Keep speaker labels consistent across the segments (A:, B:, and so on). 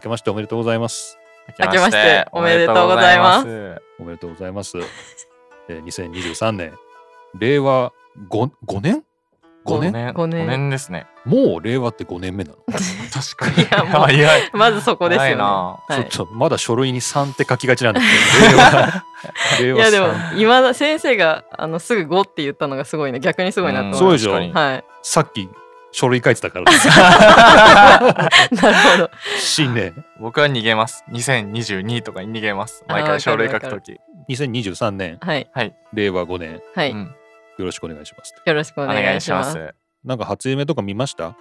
A: けましておめでとうございます。
B: 明けましておめでとうございます
C: おめ
A: おめ
C: でとうございま
A: でとうございます。 えー、2023年、令和 5, 5年
C: 五
A: ?5 年
C: 年
B: 五年
C: 五年ですね。
A: もう令和って5年目なの、
C: 確か
B: いや
C: に。
B: もう
C: 早い。
B: まずそこですよ
C: 早
B: ね。
C: いな。
B: はい
A: ちょっとまだ書類に3って書きがちなんだ けど、令
B: い
A: 和、
B: や
A: 令
B: でも
A: 和3。
B: 今だ先生があのすぐ5って言ったのがすごいね逆にすごいなと思
A: すごい
B: い
A: でしょ
C: 確
B: ま
C: か
B: はい
A: さっき書類書いてた から、
B: なるほど
A: 新年、
C: に僕は逃げます。2022とかに逃げます。毎
B: あー
C: 回書類書
B: わか
C: く
B: るわ
C: とき。
A: 2023年、
B: はい
A: 令和5年、
B: はい、
C: うん
A: よろしくお願いします。
B: よろしくお
C: お
B: 願
C: 願
B: い
C: い
B: し
C: し
B: ま
C: ます
B: い
C: す。
A: なんか初夢とか見ました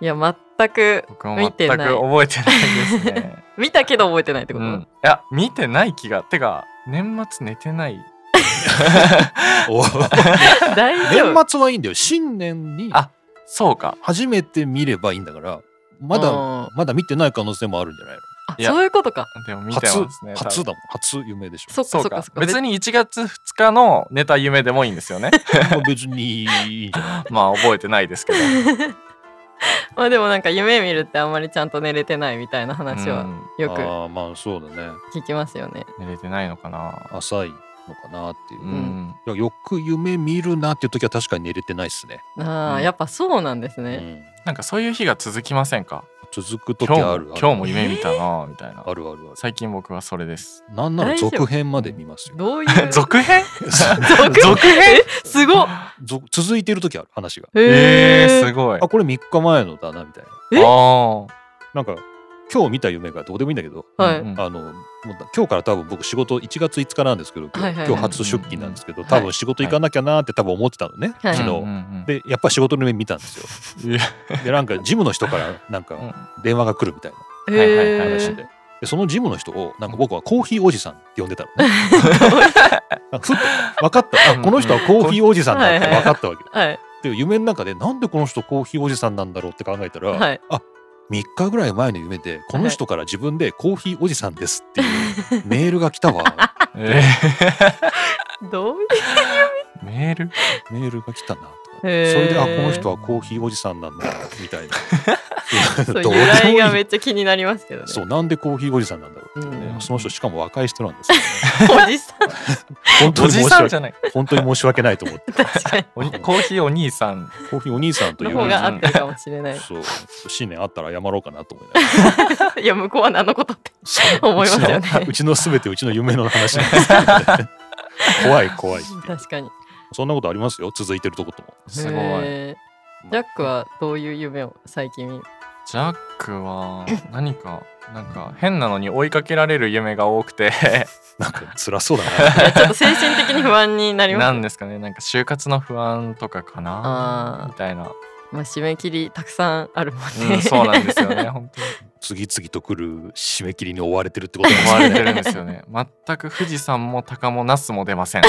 B: や全く
C: 僕も
B: 見
C: 全
B: て
C: く
B: ない
C: 覚えてないですね。
B: 見たけど覚えてないってこと、
C: うん、いや見てない気がてか年末寝てない
A: お
B: 大丈
A: 年
B: 夫
A: 末はいいんだよ。新年に
C: あそうか
A: 初めて見ればいいんだから、まだ、
B: うん
A: まだ見てない可能性もあるんじゃないの
B: あ
C: いや
B: そういうことか
C: でも見て
A: 初
C: ますね
A: 初
C: 多分
A: だもん初夢でしょ
B: そっか
C: そ
B: そうっか
C: か
B: そっか
C: 別に1月2日の寝た夢でもいいんですよ ね
A: まあ別にいいんじゃない
C: まあ覚えてないですけ ど、
B: まあでもなんか夢見るってあんまりちゃんと寝れてないみたいな
C: う
B: 話は
C: ん、
B: よく
A: ああまあそうだね
B: 聞きますよね、
C: 寝れてないのかな
A: 浅いのかなっていうう、
C: ん、
B: ん
A: いやよく夢見るなっていう時は確かに寝れてないっすね、
B: ああ、
C: うん
B: やっぱそうなんですね、
C: なんかそういう日が続きませんか
A: うん、続く時
C: 今日も
A: あるある
C: 今日も夢見たなみたいな
A: あるあるあ
C: 最近僕はそれです
A: るなんなら
B: 大丈夫
A: 続編まで見ますよ
B: どういう
C: 続編
B: 続編えすごっ
A: ぞ続いてる時ある話が
C: え
B: へ
C: ー、
B: え
C: すごいあ
A: あこれ3日前のだなみたいな
B: え
C: あ
A: なんか今日見た夢がどうでもいいんだけど、
C: ー、
B: はい
C: うんうん
A: あのもう今日から多分僕仕事1月5日なんですけど今日,、
B: はいはいはい
A: 今日初出勤なんですけど、
B: ん
A: 多分仕事行かなきゃなーって多分思ってたのね、
B: はい
A: 昨日、
C: うんうん
A: でやっぱ仕事の夢見たん ですよ
C: うんいや
A: でなんかジムの人からなん
C: う
A: か
C: ん
A: 電話が来るみたい
B: え
C: はいはい
A: な
C: へ
A: 話で,、でそのジムの人をなんか僕はコーヒーおじさんって呼んでたの、 ね、なんかふっと分かったあこの人はコーヒーおじさんだって分かったわけ
B: はい
A: で夢の中でなんでこの人コーヒーおじさんなんだろうって考えたら、
B: はい
A: 3日ぐらい前の夢でこの人から自分でコーヒーおじさんですっていうメールが来たわ
C: え
B: どういう
C: ー、メール
A: メールが来たなとかそ
B: へ
A: れ
B: ー
A: であこの人はコーヒーおじさんなんだみ たいな
B: そう
A: ど
B: 由
A: うでもいい
B: 来がめっちゃ気になりますけどね。
A: そうなんでコーヒーおじさんなんだろうってね、
C: うん
A: その人しかも若い人なんですよね
B: おじさん
A: 本当
C: お
A: に申
C: じ
A: し
C: さん
A: 訳
C: じゃない
A: 本当に申し訳ないと思って
B: 確かに
C: おにコーヒーお兄さん
A: コーヒーお兄さんとい
B: の
A: う
B: 方が合ってるかもしれない。
A: そう新年あったら謝ろうかなと思いながら
B: いや向こうは何のことって
A: そう
B: 思いますよね
A: うちのうちの全てうちの夢の話なんですけど ね怖い怖いっていう
B: 確かに。
A: そんなことありますよ続いてるとことも
C: すごい
B: へージャックはどういう夢を最近見る
C: ジャックは何かなんか変なのに追いかけられる夢が多くて
A: なんか辛そうだな
B: いやちょっと精神的に不安になります。
C: なんですかねなんか就活の不安とかか
B: あ
C: な
B: ー
C: みたいな、
B: まあ締め切りたくさんあるもん
C: う
B: ね。
C: ん、そうなんですよね本当に
A: 次々と来る締め切りに追われてるってこと
C: 思わ
A: な
C: れ
A: んで
C: て
A: す ね
C: るんですよね全く富士山も鷹も那須も出ません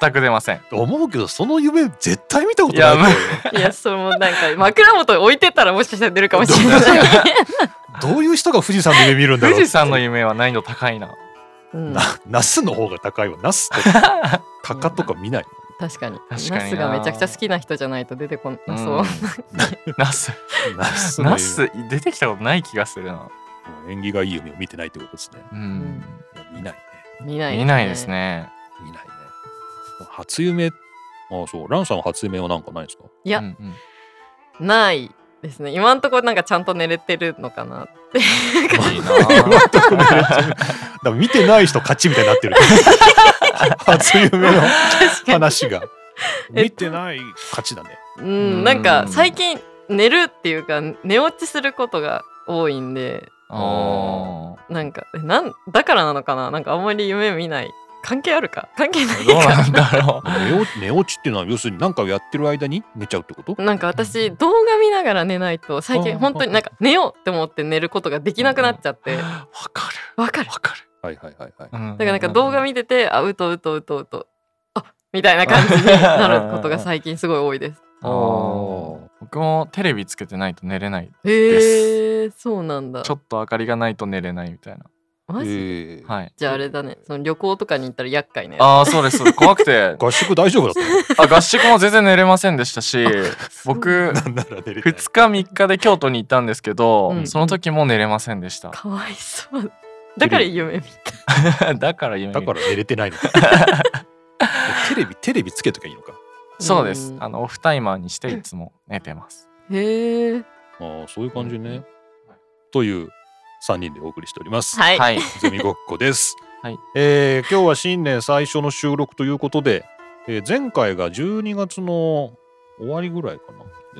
C: 全く出ま せん
A: 思うけどその夢絶対見たことない
C: いや
B: いやそのなんか枕元に置いてたらもしかしたら出るかもしれない。
A: どういう人が富士山の夢見るんだろう
C: 富士山の夢は難易度高いな
B: うん
A: な、ナスの方が高いわナス とか鷹とか見ない
B: 確かに。ナ
C: 確かにな
B: スがめちゃくちゃ好きな人じゃないと出てこなそう。
C: ん那 須
A: ナスの
C: 那
A: 夢
C: 須出てきたことない気がするな
A: もう縁起がいい夢を見てないってことですね
C: うん、
A: 見ないね
B: 見ない、
C: 見ないです。ね
A: 見ないね初夢あそうランさんは初夢はなんかないん ですか
B: いや
C: うんうん
B: ないですね今のところなんかちゃんと寝れてるのかなっていう感
C: いい な
A: だから見てない人勝ちみたいにな ってる初夢の
B: じか
A: 話が
B: えっと
A: 見てない勝ちだね
B: にうんなんか最近寝るっていうか寝落ちすることが多いんで
C: あ
B: なんかえなんだからなのかななんかあんまり夢見ない関係あるか関係な
C: ー
B: い
C: どうな
B: か
C: んだろう
A: 寝落寝落ちっていうのは要するに何かをやってる間に寝ちゃうってこと
B: なんか私動画見ながら寝ないと最近
A: あー
B: 本当になんか寝ようって思って寝ることができなくなっちゃって
C: わか
B: わか
C: る
B: る
C: わかる
A: はいはいはいはい、
C: だ
B: だからなんか動画見ててあうとうとうとうとあみたいな感じになることが最近すごい多いです
A: あー
C: 僕もテレビつけてないと寝れない
B: へえー、そうなんだ
C: ちょっと明かりがないと寝れないみたいな
B: マジ
A: ええ。
C: はい。
B: じゃああれだねその旅行とかに行ったら厄介ね
C: ああ、そうです。そうです怖くて
A: 合宿大丈夫だっ
C: あ、合宿も全然寝れませんでしたし、僕、
A: た のなんなら出れてない
C: 2日3日で京都に行ったんですけど、
B: うん
C: その時も寝れませんでした
B: かわいそうだから夢見 た
C: だから夢見
A: だから寝れてないの かテレビテレビつけときゃいいのか
C: そうです、
B: うん
C: あのオフタイマーにしていつも寝てます
B: へえ
A: ああそういう感じね、という3人でお送りしております、
B: はい、
C: はい
A: ゼミごっこです、
C: はい
A: えー今日は新年最初の収録ということで、えー前回が12月の終わりぐらいか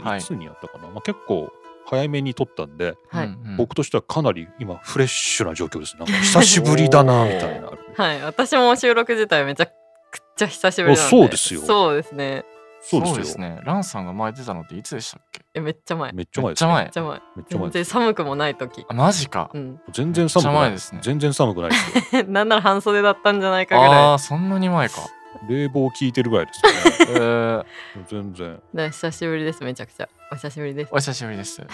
A: な、
C: はい
A: い、つにやったかな、まあ、結構早めに撮ったんで、
B: はい
C: うんうん
A: 僕としてはかなり今フレッシュな状況ですなんか久しぶりだな
C: お
A: み
C: ー
A: たいな
B: はい、私も収録自体めちゃくちゃ久しぶりなんで
A: あそうですよ
B: そうですね
A: そうですよ
C: そうですねランさんが前出たのっていつでしたっけ
B: えめっちゃ前めっ
A: めっちゃ前
C: めっ
A: で
C: ち
A: す
C: ゃ
A: ね
C: 前
B: ちゃ前
A: めっちゃ前
B: 全
A: です
B: 然寒くもない時
C: あマジか
B: う、ん
A: 全然寒くな
C: めっちゃ前
A: い
C: ですね
A: 全然寒くないですよ
B: なんなら半袖だったんじゃないかぐらいだ
C: あ
B: か
C: あそんなに前か
A: 冷房効いてるぐらいですよね
C: えー、
A: 全然
B: ら久しぶりですめちゃくちゃお久しぶりです
C: お久しぶりです
A: はい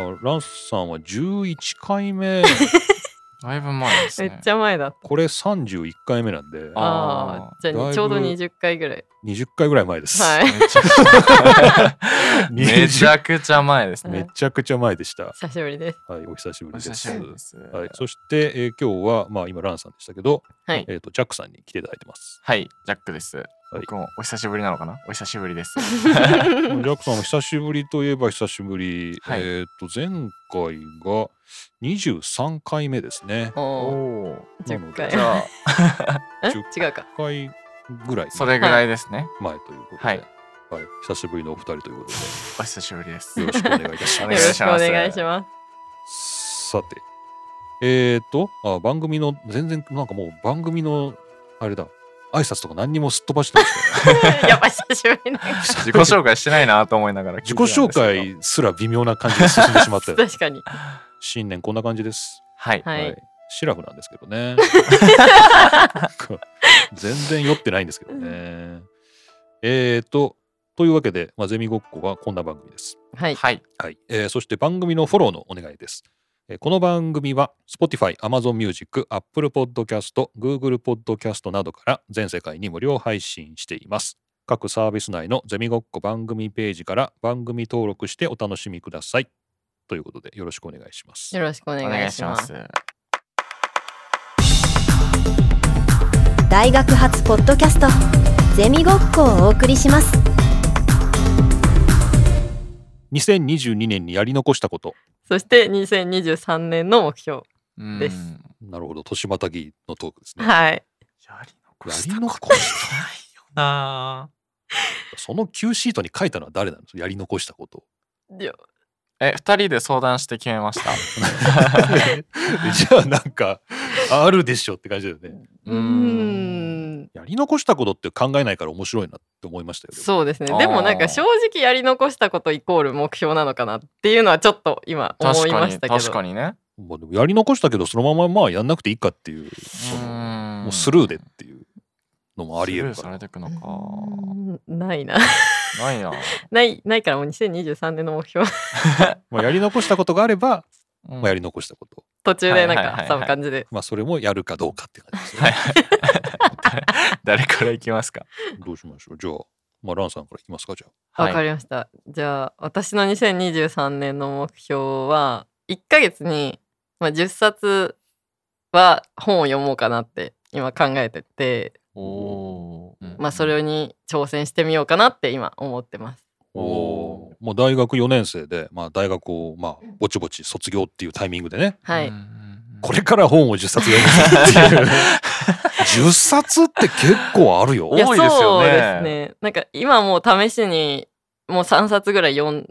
A: あランスさんは11回 目
C: だいぶ前です
B: め
C: ね
B: っちゃ前だった
A: これ31回目なんで
C: あ
B: ああーじ
A: だい
B: ゃあ
A: ぶ
B: ちょうど20回ぐらい
A: 20回ぐらい前です、
B: はい
C: めちゃ くちゃ
A: 20
C: めちゃくちゃ前ですね
A: めちゃくちゃ前でした。
B: 久しぶりです
A: はい、お久しぶ
C: お
A: りで
C: 久
A: す。
C: しぶりです
A: はい、そして、えー今日は、まあ、今ランさんでしたけど、
B: はい
A: えっ、と、ジャックさんに来ていただいてます。
C: はいジャックです、僕もお久しぶりなのかなお久しぶ りです
A: ジャックさんは久しぶりといえば久しぶり。
C: はい
A: えっ、と、前回が23回目ですね。
B: お
C: お
B: お
C: お
A: なの
B: 10
A: で
B: 回
C: じゃあ
B: え
A: 10
B: 違うか
A: 回ぐらい
C: それぐらいですね
A: 前ということで、
C: はい
A: はい久しぶりのお二人ということ
C: お久しぶりです
A: で、よろしくお願いいたし
C: お
B: よ
A: ま
C: 願
B: ろ
C: い
B: し
C: し
B: くお
C: ます
B: 願いしま
A: す。
B: す
A: さて、えっ、とあ、番組の、全然、なんかもう番組の、あれだ、挨拶とか何にもすっ飛ばしてましたね。
B: やっぱ久しぶりね
C: 自己紹介してないなと思いながら
A: 自己紹介すら微妙な感じで進んでしま ったよ
B: 確かに
A: 新年こんな感じです、
C: はい
B: はい
A: シラフなんですけど ね全然酔ってないんですけどねえーとというわけで、まあ、ゼミごっこはこんな番組です、
B: はい
C: はい
A: はいえーそして番組のフォローのお願いです、えーこの番組は Spotify、Amazon Music、Apple Podcast、Google Podcast などから全世界に無料配信しています各サービス内のゼミごっこ番組ページから番組登録してお楽しみください。ということでよろしくお願いします。
B: よろしくお
C: お
B: 願
C: 願
B: い
C: い
B: し
C: し
B: ま
C: ますす
D: 大学発ポッドキャストゼミごっこをお送りします
A: 2022年にやり残したこと。
B: そして2023年の目標
C: うん
B: です
A: なるほど、年またぎのトークですね。
B: はい
C: やり残
A: や
C: し
A: り
C: た
A: 残し
C: ないよな
A: た。その Q シートに書いたのは誰なんですやり残したこと。
B: いや
C: え二人で相談して決めました
A: じゃあなんかあるでしょって感じだよね。
B: うーん
A: やり残したことって考えないから面白いなって思いましたよ。
B: そうです
C: あ
B: ね
C: ー
B: でもなんか正直やり残したことイコール目標なのかなっていうのはちょっと今思
C: 確
B: い
C: か
B: ま
C: に
B: したけど
C: 確かにね
A: まあでもやり残したけどそのまままあやんなくていいかっていうその
C: も
A: もうスルーでっていうのもありえるか
C: スルーさ
A: ら
C: れてくの
B: う
C: か
B: ーんない な
C: ないな
B: ないないからもう2023年の目標
A: まあ、やり残したことがあれば、まあ、やり
C: り
A: 残したこと、
B: 途中でなん
C: はいはいは
B: か
C: いはい
B: 挟む感じで
A: まあ、それもやるかどうかって感じですね。
C: 誰から行きますか
A: どうしましょう。じゃあ、まあ、ランさんからいきますか、じゃ
B: わ、
C: はい
B: かりましたじゃあ私の2023年の目標は1ヶ月に、まあ、10冊は本を読もうかなって今考えてて、
C: おおー
B: まあ、それに挑戦してみようかなって今思ってます。
A: あ。
C: おー
A: もう大学4年生で、まあ、大学を、まあ、ぼちぼち卒業っていうタイミングでね、
B: はい、
C: うんうんうん
A: これから本を10冊読むっていう。10冊って結構あるよ
C: お。多いですよね
B: やそうですね。なんか今もう試しにもう3冊ぐらい読ん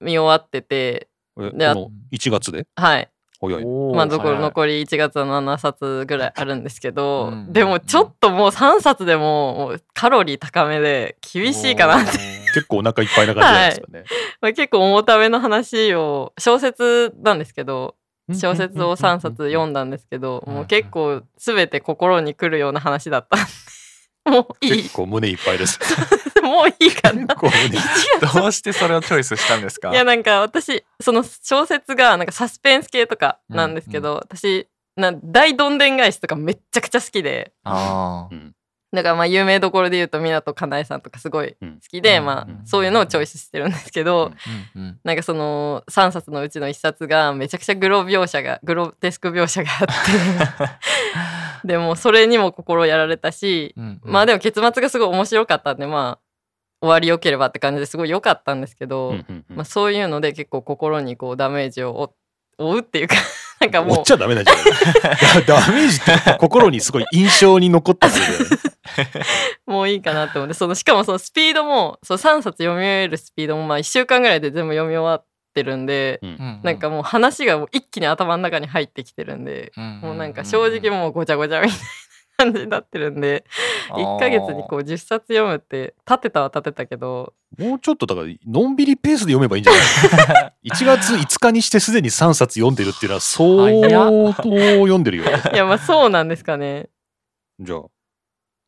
B: 見終わってて、
A: えこ
B: であ
A: の1月で
B: はい。
A: 早い。
C: おー
B: まあどこ
C: 早い
B: 残り1月は7冊ぐらいあるんですけど、
C: うん
B: でもちょっともう3冊でももうカロリー高めで厳しいかなって、
A: 結構お腹いっぱいな感じじゃないですかね。
B: まあ結構重ための話を小説なんですけど
A: うん
B: 小説を3冊読んだんですけど、
C: うん
B: もう結構全て心に来るような話だったんで もういい
A: 結構胸いっぱいです。
B: もういいか
A: 結
B: な。
A: 構胸いっぱい。
C: どうしてそれをチョイスしたんですか
B: いやなんか私その小説がなんかサスペンス系とかなんですけど、私な大どんでん返しとかめっちゃくちゃ好きで
C: あ
A: う
C: ー
A: ん
B: だからまあ有名どころで言うと湊かなえさんとかすごい好きで、
C: うん
B: ま
A: うん
B: あ、そういうのをチョイスしてるんですけど、
A: うん
C: うんうん
B: なんかその3冊のうちの1冊がめちゃくちゃグロ描写がグロテスク描写があってでもそれにも心やられたし、
C: うん
B: まあ
C: で
B: でも結末がすごい面白かったんでまあ終わり良ければって感じですごい良かったんですけど、
A: うんうんうん
B: まあ、そういうので結構心にこうダメージを負負うっていうか なんか
A: 追
B: も
A: っちゃダメなんじゃない ダダメージってやっぱ心にすごい印象に残ったんだよね
B: うもういいかなって思ってそのしかもそのスピードもそう3冊読み終えるスピードもまあ1週間ぐらいで全部読み終わってるんで、
A: うん
B: なんかもう話がもう一気に頭の中に入ってきてるんで。もうなんか正直もうごちゃごちゃみたいな感じになってるんで1ヶ月にこう10冊読むって立てたは立てたけど
A: もうちょっとだからのんびりペースで読めばいいんじゃない 1月5日にしてすでに3冊読んでるっていうのは相当読んでるよ
B: いやまあそうなんですかね
A: じゃあ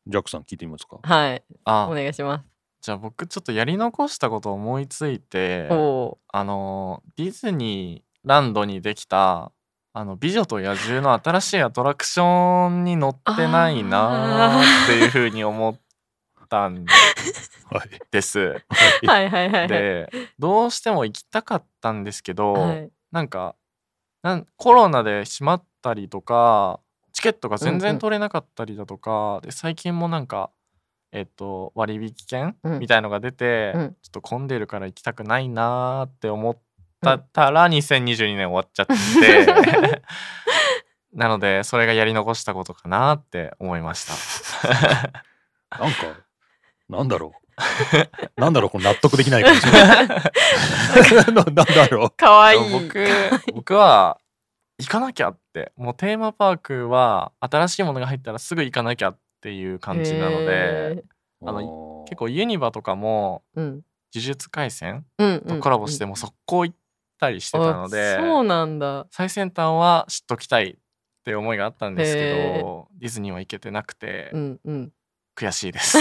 A: ジャックさん聞いてみますか
B: はい
C: あ
B: お願いします
C: じゃあ僕ちょっとやり残したことを思いついて
B: おお
C: あのディズニーランドにできたあの美女と野獣の新しいアトラクションに乗ってないなーっていうふうに思ったん
A: はい
C: です。
B: ーはいはいはいはい
C: で どうしても行きたかったんですけど、
B: はい
C: なんかなんコロナで閉まったりとかチケットが全
B: うんう
C: 然
B: ん
C: 取れなかったりだとか、で最近もなんか、えっと、割引券
B: うん
C: みたいのが出て、
B: う
C: ち
B: ん
C: ょっと混んでるから行きたくないなーって思ったたら2022年終わっちゃって、 なのでそれがやり残したことかなって思いました。
A: なんかなんだろうなんだろうこの納得できない 感じななんだろ
B: かわいい
C: 僕僕は行かなきゃってもうテーマパークは新しいものが入ったらすぐ行かなきゃっていう感じなので、
B: え
A: う
C: あの
A: の
C: 結構ユニバとかも
B: ーうん
C: 呪術廻戦
B: うんう
C: と
B: ん
C: コラボしてもう速攻行ったりしてたので、
B: あそうなんだ
C: 最先端は知っときたいって思いがあったんですけ
B: へ
C: どディズニーは行けてなくて
B: うんうん
C: 悔しい です。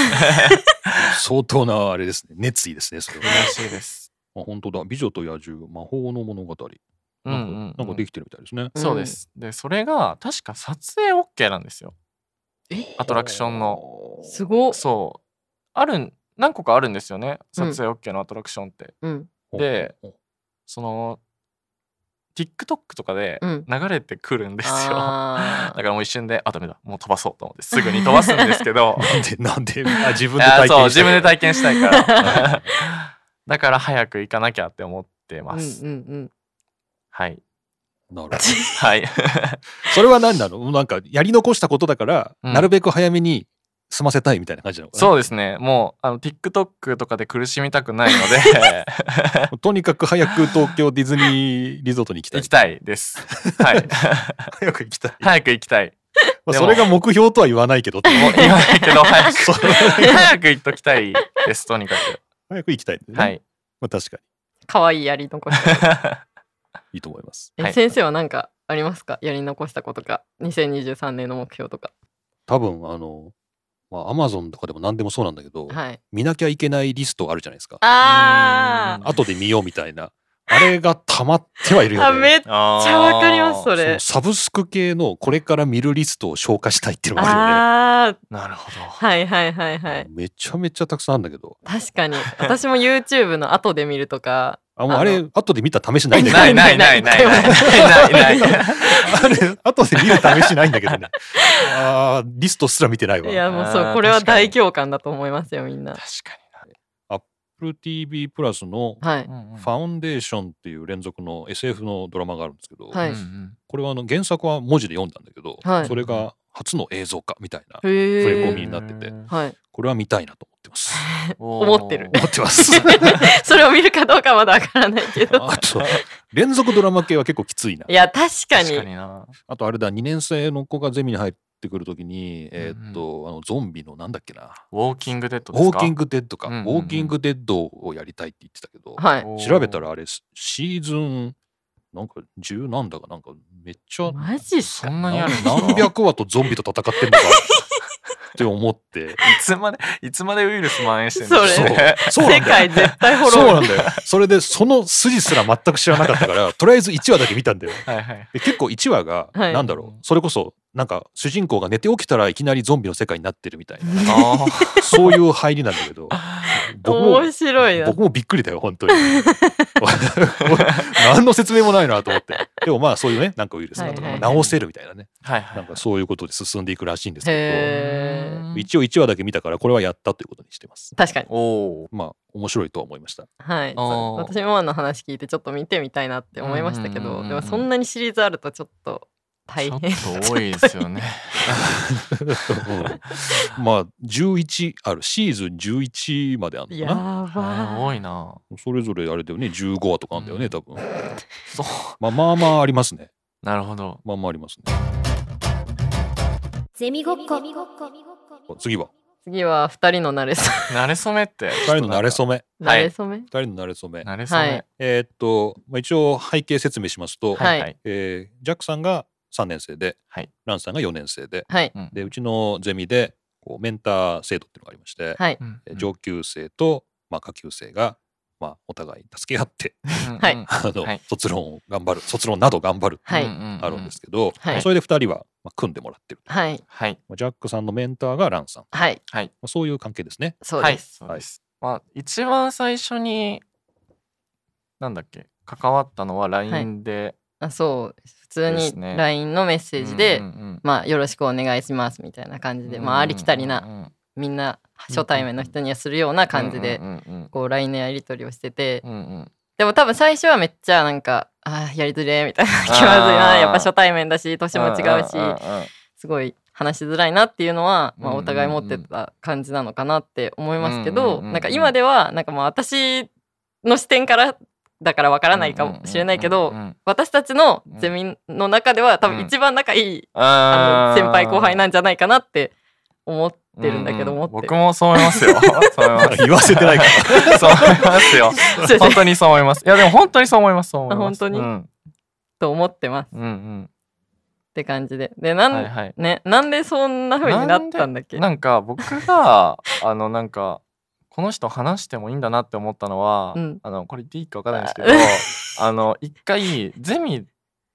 A: 相当なあれですね熱意ですねそ れは
C: 悔しいです。
A: あ本当だ美女と野獣魔法の物語
C: う
A: なん
C: ん
A: か,、
C: うん
A: なんかできてるみたいですね
B: うん
C: そうです。でそれが確か撮影 OK なんですよ。アトラクションの
B: すごっ
C: そうあるん何個かあるんですよね撮影 OK のアトラクションって、
B: うん
C: でその TikTok とかで
B: うん
C: 流れてくるんですよ、だ
B: あ
C: からもう一瞬であダメだもう飛ばそうと思ってすぐに飛ばすんですけ ど
A: なんでなんで あ自分で
C: あ
A: 体験
C: ー
A: した
C: そう自分で体験したいから
B: は
C: だから早く行かなきゃって思って
B: ー
C: ます、
B: うんうん
C: はい
A: なるほど
C: はい
A: それは何なのなんかやり残したことだから、
C: うん
A: なるべく早めに済ませたいみたいな感じなのかな
C: そうですねもうあの TikTok とかで苦しみたくないので
A: とにかく早く東京ディズニーリゾートに行きたい
C: 行きたいですはい
A: 早く行きたい、
C: 早く行きたい
A: まあ、
C: で
A: そ
C: も
A: れが目標とは言わないけどって
C: もう言わないけど早く
A: そう
C: 早く行っときたいですとにかく
A: 早く行きたいんだよね、
C: はい
A: まあ、確か
B: かわいいやり 残し
A: にいいと思います
B: え
C: はい
B: 先生は何かありますかやり残したことか2023年の目標とか
A: 多分あのまあアマゾンとかでも何でもそうなんだけど、
B: はい
A: 見なきゃいけないリストあるじゃないですか
B: あ
A: 後で見ようみたいなあれが溜まってはいる
B: ーあ
A: よね
B: めっち
C: あー
B: ゃわかりますそ
A: そ
B: れ
A: のサブスク系のこれから見るリストを消化したいっていうのがあ
B: ああ
C: なるほど
B: はいはいはい
A: るよ
B: は
A: ね、
B: い
A: めちゃめちゃたくさんあるんだけど
B: 確かに私も YouTube の後で見るとか
A: あもうあ
B: あ
A: れ後で見た試しないんだけど
C: ないないないないないないない
A: あれ後で見る試しないんだけどねあーリストすら見てない
B: い
A: わ
B: やもうそ
C: あ
B: う
C: ー
B: これは
C: 確かに
B: 大共感だと思いますよみんな
C: 確か
A: Apple TV プラスの
B: は
C: に
B: い
C: な、うんう
A: 「
C: ん
A: ファウンデーション」っていう連続の SF のドラマがあるんですけど、
B: は
C: う
B: い
C: んうん
A: これはあの原作は文字で読んだんだけど、
B: はい
A: それが初の映像化みたいな
B: へ
A: 触れ込み
B: え
A: になってて
B: はい
A: これは見たいなと思って ます
B: 思ってる
C: おー
A: 思ってます
B: それを見るかどうかまだわからないけど
A: あと連続ドラマ系は結構きついない
B: や確かに
C: 確かにな
A: あとあれだ2年生の子がゼミに入ってくるときに、えーっとあのゾンビのなんだっけな
C: ウォーキングデッド
A: ウ
C: です
A: ォー
C: か
A: キングデッドか、
C: うんうんうん
A: ウォーキングデッドをやりたいって言ってたけど、
B: はい
C: おー
A: 調べたらあれシーズンなんか10なんだかなんかめっちゃ
B: マジっす
C: そ
B: か
C: んなにあるんですか
A: 何百話とゾンビと戦ってんのかって思って
C: つまでいつまでウイルス蔓延してるん
B: そ
C: だ
B: れ
C: ろうね
A: そうな
B: 世
A: んだよ
B: 界絶対滅
A: そう
B: ぼ
A: なん
B: る
A: だよそれでその筋すら全く知らなかった からとりあえず1話だけ見たんだよ
C: はいはい
A: で結構1話が
B: はい
A: なんだろう、それこそなんか主人公が寝て起きたらいきなりゾンビの世界になってるみたいな
C: あ
A: そういう入りなんだけど僕も
B: 面白いな
A: 僕もびっくりだよ本当に 何の説明もないなと思ってでもまあそういうねなんかウイルスだと
B: はい
A: か
B: はい
A: 治せるみたいなね
C: ーはいはい
A: なんかそういうことで進んでいくらしいんですけ
B: へー
A: ど一応1話だけ見たからこれはやったということにしてます
B: 確かに
C: おお
A: まあ面白いとは思いま した
B: はい
C: あー
B: 私も今の話聞いてちょっと見てみたいなって思いましたけ
C: うんうんう
B: ど
C: んうん
B: でもそんなにシリーズあるとちょっと大
C: ちょ
B: 変
C: っと多いです よね
A: うんまあ11あるシーズン11まであるの
B: や
A: かな
C: あー
B: ば
C: 多いな
A: それぞれあれだよね15話とかあんだよね多分
C: そう
A: まあまあまあありますね
C: なるほど
A: まあまあありますね
D: ゼミごっこ
A: 次は
B: 次は二人の慣れそ
C: 慣れ初めって
A: 2人の馴れ初め
B: め
C: は
B: 慣
C: い
B: れ初め
A: 2人の馴れ初め
C: 慣れ初め
B: はい
A: えーっと、まあ、一応背景説明しますと、
B: はい
A: えージャックさんが3年生で、
C: はい
A: ランさんが4年生で
B: はい
A: でうちのゼミでこうメンター制度っていうのがありまして、
B: はい
C: うん
A: えー上級生と、まあ、下級生が、まあ、お互い助け合って
C: うん
B: はい
C: うん
A: あの、
C: はい
A: 卒論を頑張る卒論など頑張る
B: はい
A: あるんですけど、
B: はい
A: それで2人は、まあ、組んでもらってる、
B: はい
C: はい
A: まあジャックさんのメンターがランさん、ま
B: はい
C: はい
A: あ、そういう関係ですね。
B: そう
C: は
B: で
C: い
B: す
C: そうですまあ一番最初になんだっけ関わったのは LINE で
B: あそう普通
C: で
B: に
C: すね
B: LINE のメッセージで
C: うんうん
B: まあよろしくお願いしますみたいな感じ
C: う
B: で
C: ん
B: まあありきたり
C: う
B: なん
C: うん
B: みんな初対面の人にはするような感じで
C: うんうん
B: こう LINE のやり取りをしてて
C: うんうんうん
B: でも多分最初はめっちゃなんかあーやりづれーみたいな気まずい
C: あ
B: な
C: ー
B: やっぱ初対面だし年も違うし
C: んんうんうん
B: すごい話しづらいなっていうのは、
C: うんう
B: まあ、
C: んう
B: お
C: ん
B: 互い持ってた感じなのかなって思いますけ
C: うんう
B: ど
C: んうんうん
B: なんか今ではなんかまあ私の視点からだからわからないかもしれないけど
C: うんうんうん
B: 私たちのゼミの中では多分一番仲いい
C: あ
B: あ
C: ー
B: の先輩後輩なんじゃないかなって思って るんだけど
C: うう
B: 思って
C: 僕もそう思いますよそう思います
A: 言わせてないから
C: そう思いますよ本当にそう思いますいやでも本当にそう思いますそう思います
B: あ本当に
C: うん
B: と思ってますっ
C: うんうん
B: て感じででなん、
C: はいはい
B: ねなんでそんな風になったんだっけ
C: なんか僕があのなんかこの人話してもいいんだなって思ったのは、
B: うん
C: あのこれ言っていいか分かんないんですけど あの一回ゼミ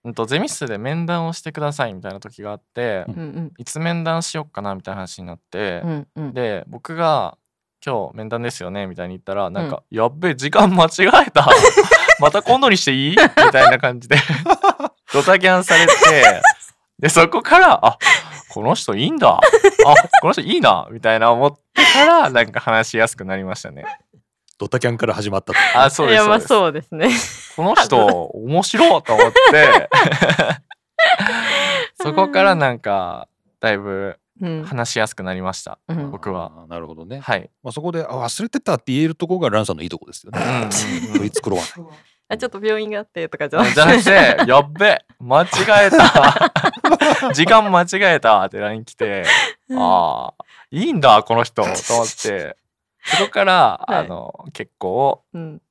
C: うんとゼミ室で面談をしてくださいみたいな時があって、
A: うん
B: うん
C: いつ面談しよっかなみたいな話になって
B: うんう、んうん
C: で僕が「今日面談ですよね」みたいに言ったらなんか「やっべえ時間間違えた また今度にしていい?」みたいな感じ でドタキャンされてでそこから「あこの人いいんだあこの人いいな」みたいな思ってからなんか話しやすくなりましたね。
A: ドタキャンから始まったと
C: あそう
B: い
C: です
B: や
C: そう
B: まあ
C: です
B: そうですね
C: この人面白いと思って そこからなんかだいぶ
B: うん
C: 話しやすくなりました
B: うん
C: 僕は。
A: あーなるほどね、
C: はい。
A: まあ、そこであ忘れてたって言えるところがランさんのいいとこですよ
C: うん
A: ね
C: うんうん
A: 取り繕わない
B: あちょっと病院があってとかじゃなく
C: じゃなくて、やっべ、間違えた。 時間間違えたって LINE 来て、ああ、いいんだ、この人、と思って、そこから、
B: はい
C: あの、結構、
B: うん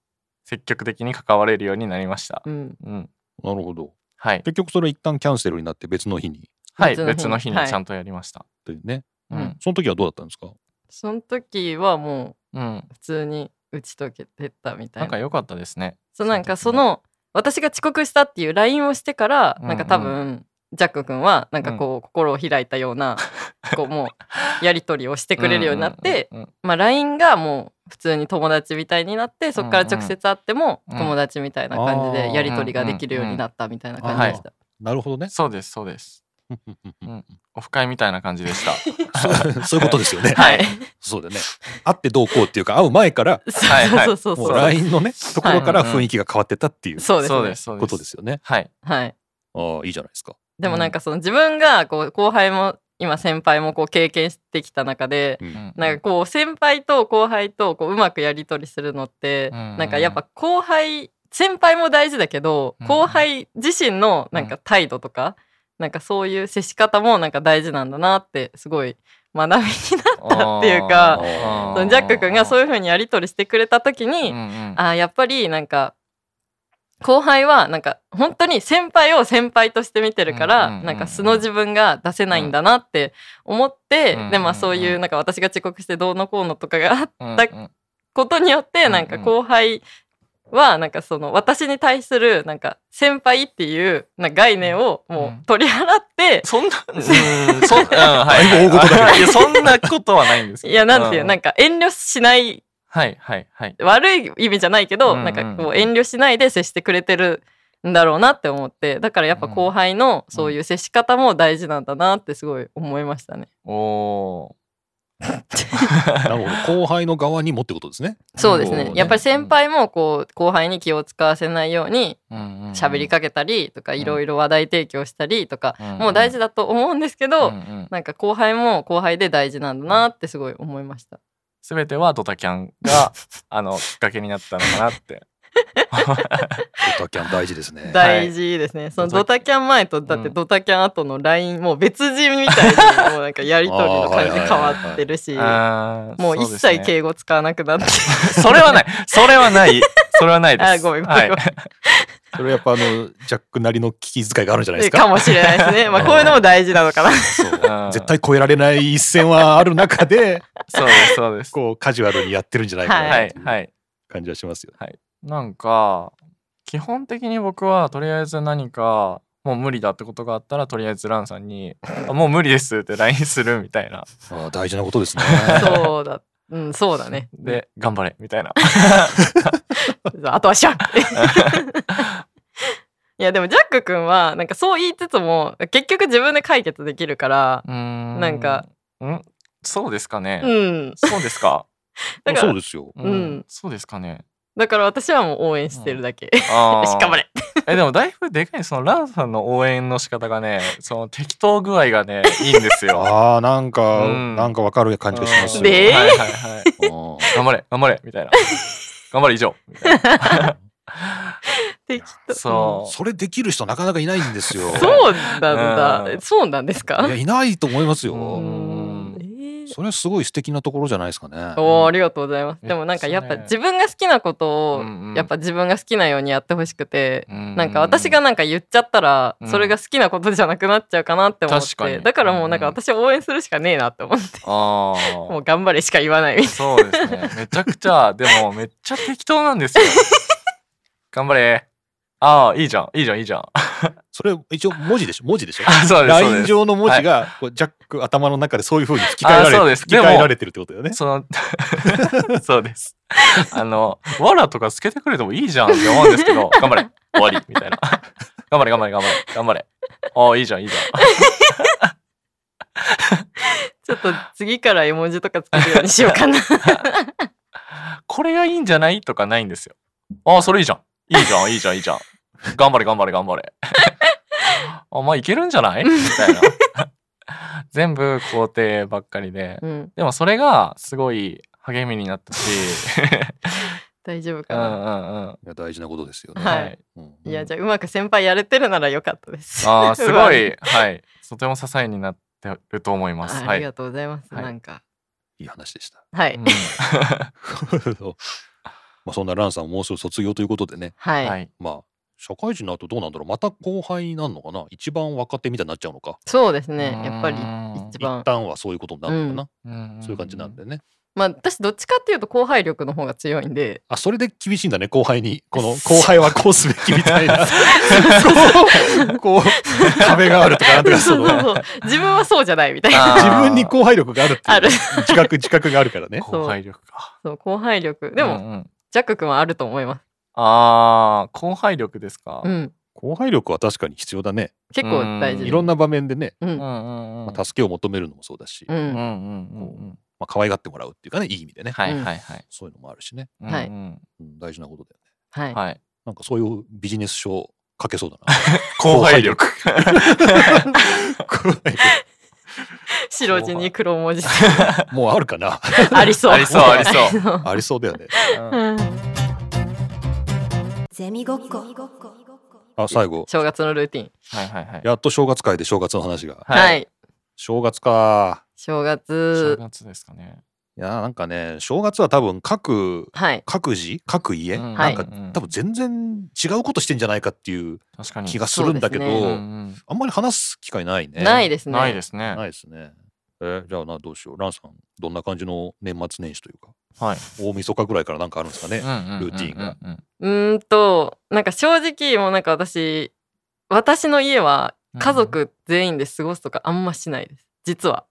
C: 積極的に関われるようになりました。
B: うん
C: うん。
A: なるほど
C: はい。
A: 結局それ一旦キャンセルになって別の日に
C: はい、
B: 別
C: 別
B: の
C: の
B: 日
C: 日
B: に
C: にちゃんとやりました。
A: というね
B: はいう
A: その時はどうだったんですか
B: その時はも
C: うん。うん。
B: う普通に打ち解けてったみた
C: ないん
B: な
C: か良かったですね。
B: そうなんか
C: そ
B: そ
C: の時ね
B: の私が遅刻したっていう LINE をしてから
C: うんうん
B: なんか多分ジャック君はなんかこう心を開いたよう なこうもうやり取りをしてくれるようになって
C: うんうんうん
B: まあ LINE がもう普通に友達みたいになってそこから直接会っても
C: うんうん
B: 友達みたいな感じ
A: あ
B: で
A: ー
B: やり取りができるようになったみたいな感じでした。
A: なるほどね
C: うん。そうです、そうです。んオフ会みたいな感じでした。
A: そうそういうことですよ ね。
B: はい。
A: そうだよね。会ってどうこうっていうか、会う前から、
C: はいはい
B: そうそうそ
A: も
B: う
A: う
B: そう。
A: LINE のね、ところから雰囲気が変わってたっていう
B: そうです
C: そう
B: ね
C: で。す、そうです。
A: ことですよね。
C: はい。
B: はい。
A: ああ、いいじゃないです か。
B: でもなんかその自分がこう後輩も今先輩もこう経験してきた中で
A: う。
C: うんん
B: なんかこう先輩と後輩とこううまくやり取りするのって、
C: うんうん
B: なんかやっぱ後輩先輩も大事だけど、
C: うん
B: 後輩自身のなんか態度とか、なんかそういう接し方もなんか大事なんだなってすごい学びになったっていうか
A: あー
B: そのジャック君がそう
C: い
B: いう風にやり取りしてくれた時に、
C: うんうん
B: あーやっぱりなんか後輩はなんか本当に先輩を先輩として見てるか
C: うんうんうん
B: ら
C: うん
B: なんか素の自分が出せないんだなって思って
C: うん
B: でまあそういうなんか私が遅刻してどうのこうのとかがあった
C: うん
B: だことによっ
C: うんう
B: て
C: ん
B: なんか後輩はなんかその私に対するなんか先輩っていうなんか概念をもう取り払って
C: そんな、うん、そん、うん、は い。
A: だいぶ大事だけど
C: いや、そんなことはないんですけど
B: いやなんていううなんか遠慮しない
C: はい、はい、はい。
B: 悪い意味じゃないけど、
C: うんうん
B: なんかこう遠慮しないで接してくれてるんだろうなって思ってだからやっぱ後輩のそういう接し方も大事なんだなってすごい思いましたね。
C: お
A: なるほど後輩の側にもってことですね。
B: そうです
A: そう
B: ね
A: ね
B: やっぱり先輩もこう後輩に気を使わせないように
C: ー。
B: 喋りかけたりとか
C: ん
B: いろいろ話題提供したりとか
C: うん
B: もう大事だと思うんですけど
C: と、
B: なんか後輩も後輩で大事なんだなってすごい思いました。
C: すべてはドタキャン が、あの、きっかけになったのかなって。
A: ドタキャン大事ですね。
B: 大事ですね、そのドタキャン前とだってドタキャン後の LINE もう別人みたいにもうなんかやり取りの感じ変わってるし
C: あー
B: もう一切
C: そで
B: 敬語使わなくなって
C: すねそれはない。それはない。それはないです。
B: あごめんごめんごめん
C: はい
A: それはやっぱあのジャックなりの気遣いがあるんじゃないです
B: か
A: か。
B: もしれないですねまあこういうのも大事なの かな
A: そう
C: うん
A: 絶対越えられない一線はある中で
C: そうです、そうです。
A: こうカジュアルにやってるんじゃないか
C: は
A: ないってい、う
C: はい。
A: 感じはしますよ。
C: なんか基本的に僕はとりあえず何かもう無理だってことがあったらとりあえずランさんに「あもう無理です」って LINE するみたいな
A: ああ大事なことですね。
B: そうだうんそうだね
C: で「頑張れ」みたいな
B: あとはしゃんいやでもジャック君はなんかそう言いつつも結局自分で解決できるから
C: うーん
B: なんか
C: んそうですかね、
B: うん
C: そうです か、
B: だか
A: そう
B: ら
A: ですよ。
C: う
B: うん
C: そうですか ね
B: だから私はもう応援してるだけよ
C: あ
B: し
C: ー
B: 頑張れ
C: えでもだいぶでかいそのランさんの応援の仕方がねその適当具合がねいいんですよ
A: ああなんか、
C: うん
A: なんかわかる感じがしますよ。
C: うん
B: で
C: はいはいはい
A: うん
C: 頑張れ頑張れみたいな頑張れ以上みたいな
B: 適当
C: そう
A: それできる人なかなかいないんです よ。
B: そうなんだ、
C: うん
B: そうなんですか
A: いやいないと思いますよ。
C: うん
B: うんえー
A: それはすごい素敵なところじゃないですかね。
B: おーありがとうございます。でもなんか
C: めっ
B: や
C: ちゃ
B: っ
C: ね
B: ぱ自分が好きな ことを
C: うんうん
B: やっぱ自分が好きなようにやってほしくて、
C: な
B: なんか私がなんか言っちゃったらそれが好きなことじゃなくなっちゃうかなって思っ
C: 確か
B: て、
C: に
B: だからもうなんか
C: うんうん
B: 私応援するしかねえなって思って、
C: ああ。
B: もう頑張れしか言わない みたい
C: そうですね。めちゃく ちゃ、でもめっちゃ適当なんですよ。頑張れ。ああ、いいじゃん、いいじゃん、いいじゃん。
A: それ一応文字でしょ文字でしょ。
C: あそうです。
A: ラ
C: そう
A: イ
C: で
A: ン
C: す
A: 上の文字が、こうジャック頭の中でそういう風に吹き替えられ
C: あそう
A: て
C: です
A: 吹き替えられてるってことだよね。
C: その そうです。あの、わらとかつけてくれてもいいじゃんって思うんですけど、頑張れ、終わり、みたいな。頑張れ、頑張れ、頑張れ、頑張れ。ああ、いいじゃん、いいじ
B: な。ちょっと次から絵文字とかつけるようにしようか な。
C: ゃん。これがいいんじゃないとかないんですよ。ああ、それいいじゃん。いいじゃん、いいじゃん、いいじゃん。頑張れ、頑張れ、頑張 れ。あ、まあ、いけるんじゃないみたいな。 全部肯定ばっかりで。
B: うん、
C: でもそれがすごい励みにな ったし
B: 大丈夫
C: う
B: か
C: んう
B: な。
C: んうん
A: いや大事なことですよね。
B: はい
A: うん
B: いやじゃあうまく先輩やれてるなら良かった です。
C: あーすご
B: う
C: いはいとても支えになってると思い
B: ま
C: ます
B: あ。
C: は
B: あ
C: い
B: りがとうございます。
C: はい
B: なんか
A: いい話でした。
B: は
C: う
B: い
C: ん
A: まあそんなランさんももうすぐ卒業ということでね。
B: はい、
C: はい
A: まあ社会人になるとどうなんだろう。また後輩になるのかな。一番若手みたいになっちゃうのか。
B: そうですねやっぱり
C: うん
B: 一番
A: 一旦はそういうことになるのか
C: うん
A: な。そういう感じなんでね。
B: まあ私どっちかっていうと後輩力の方が強い んで
A: あ、それで厳しいんだね、後輩に。この、後輩はこうすべきみたいな。 こう、こう、壁があるとか、なんと
B: そう
A: かそ
B: そ
A: の、
B: うそう自分はそうじゃないみたいな
C: あー
A: 自分に後輩力があるってい
B: あ
A: う
B: る、
A: 自覚、自覚があるから ね。
C: 後輩力か
B: そう後輩力でも、
C: うんうん
B: ジャック君はあると思います、
C: あー後輩力ですか
B: うん、
A: 後輩力は確かに必要だね。
B: 結構大
C: うん
B: 事
A: い
B: で
A: ろんな場面でね、
B: う
C: うん
B: ん
C: うんうん
A: まあ助けを求めるのもそうだし、
B: う
A: ま
C: うんうん
B: ん
C: うんうん
A: あ可愛がってもらうっていうかね、いい意味でね。
C: はいはいはい
A: そういうのもあるしね。
B: はい
C: うん
A: うん大事なことだよね。
B: はい、
C: うんはい
A: なんかそういうビジネス書書けそうだ
C: 後輩力
A: な。後輩力
B: 白地に黒文字
A: もうあるかな
B: あり そう
C: ありそうありそう
B: りそう
A: ありそうだよね。
C: うん
B: うん
D: ゼミごっこ
A: あ、最 後。
B: 正月のルーティン
C: はいはいはい
A: やっと正月会で正月の話が。
B: はい、
A: 正月か。
B: 正
C: 正
B: 月
C: 月ですかね
A: いいやーなんかね正月は多分各
B: はい。
A: 各自各家、
C: うん
A: なんか、
C: はいうん
A: 多分全然違うことしてんじゃないかっていう
C: 確かに
A: 気がするんだけど、
B: そうです
C: う
B: ね
C: ん
A: あんまり話す機会ないね。
B: ない
A: で
B: です
C: うん
B: ね。
C: ないですね
A: すないですね。えーじゃあなどうしようランさんどんな感じの年末年始というか
C: はい
A: 大晦日ぐらいからなんかあるんですかね。ル
C: ル
A: ーティンが
B: うーんと、なんか正直もうなんか私、私の家は家族全員で過ごすとかあんましないです。実は。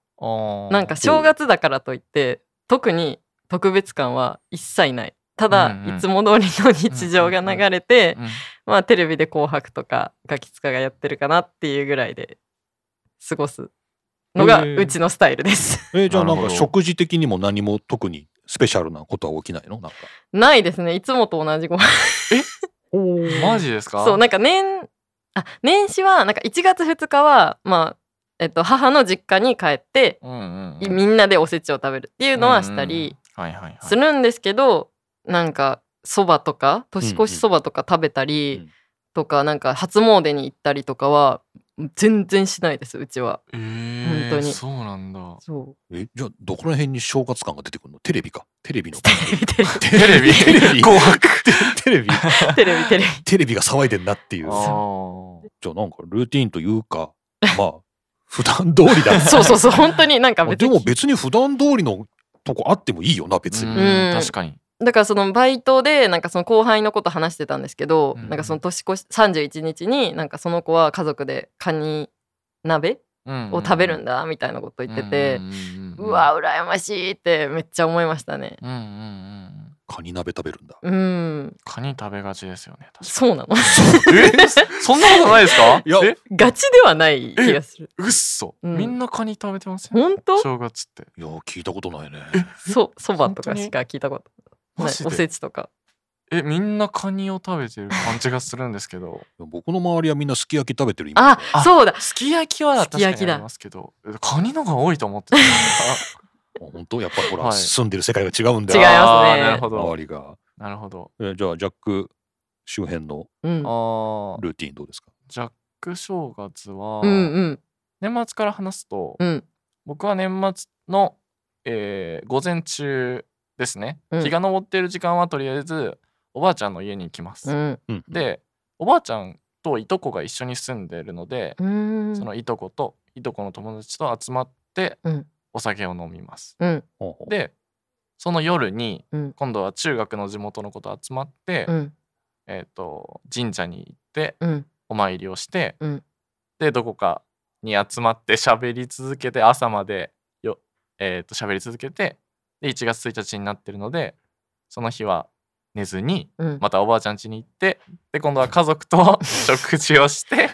B: なんか正月だからといって、特に特別感は一切ない。ただ
C: うんうん
B: いつも通りの日常が流れて、
C: うん
B: まあテレビで紅白とかガキツカがやってるかなっていうぐらいで過ごすのが
A: へー
B: うちのスタイルです。
A: えーじゃあなん
C: な
A: か
C: るほど
A: 食事的にも何も特にスペシャルなことは起きないのなんか。
B: ないですね。いつもと同じご飯。
C: マジですか
B: そう、なんか年、あ、年始は、なんか1月2日は、まあ、えっと、母の実家に帰って、
C: うんうんうん
B: みんなでおせちを食べるっていうのはしたり
C: うんうんはいはいはい
B: するんですけど、なんか、そばとか、年越しそばとか食べた
A: うんう
B: り
A: ん
B: とか、なんか、初詣に行ったりとかは、全然しないです、うちは。
C: えー
B: 本当に
C: そうなんだ
B: そう。
A: えじゃあどこら辺に正月感が出てくるのテレビかテレビの
C: テレビ
A: テレビ
C: 紅白
A: テレビ
B: テレビ、テレビ。
A: テレビが騒いでんなっていう
C: あ
A: じ
C: ー
A: ゃあなんかルーティンというかまあ 普段通 りだ
B: そうそうそう、本当になんか
A: まあ
B: 別
A: で
B: に
A: も別に普段通りのとこあってもいいよな別に、
C: うん
B: うん
C: 確かに
B: だからそのバイトでなんかその後輩のこと話してたんですけど、
C: うん
B: なんかその年越し31日になんかその子は家族でカニ鍋を食べるん
C: だ
B: だみたいなこと言ってて、うわ羨ましいってめっちゃ思いましたね
C: うんうんうん
A: カニ鍋食べるんだ
B: うん
C: カニ食べがちですよね確か
B: そうなの
C: にえそんなこと ないですか
A: いや
C: え
B: ガチではない気がする
C: うっそ
B: うん
C: みんなカニ食べてますよ
B: 本当
C: 正月っ
A: い
C: て
A: や聞いたことないね
B: そそばと
C: 本
B: か
C: 当に
B: しか聞いたことな
C: マ
B: い
C: ジ
B: お
C: で
B: せちとか
C: えみんなカニを食べてる感じがするんですけど
A: 僕の周りはみんなすき焼き食べてるイメー
B: あ
A: ジ
C: あ
B: そう だ
C: すき焼きは
B: すき
C: 確か
B: 焼き
C: に
B: だ
C: ありますけどカニのが多いと思ってた
A: あ本当やっぱりほら、
C: はい
A: 住んでる世界が違うんだ
B: 違い
A: よ
B: ますね
C: あーなるほ
A: 周
C: ど
A: りが
C: なるほど
A: えじゃあジャック周辺の
B: うん
C: あー
A: ルーティンどうですか
C: ジャック正月は、
B: うんうん
C: 年末から話すと、
B: うん
C: 僕は年末の、えー午前中ですね、
B: うん
C: 日が昇っている時間はとりあえずおばあちゃんの家に行きます、
B: うん
A: うん
C: でおばあちゃんといとこが一緒に住んでるので、
B: うん
C: そのいとこといとこの友達と集まって
B: うん
C: お酒を飲みます、
B: うん
A: ほうほう
C: でその夜に
B: うん
C: 今度は中学の地元の子と集まって、
B: うん
C: えー、と神社に行って
B: うん
C: お参りをして、
B: うん
C: でどこかに集まって喋り続けて朝までよえっ、と喋り続けてで1月1日になってるのでその日は寝ずに
B: うん
C: またおばあちゃん家に行ってで今度は家 族と食事をしてで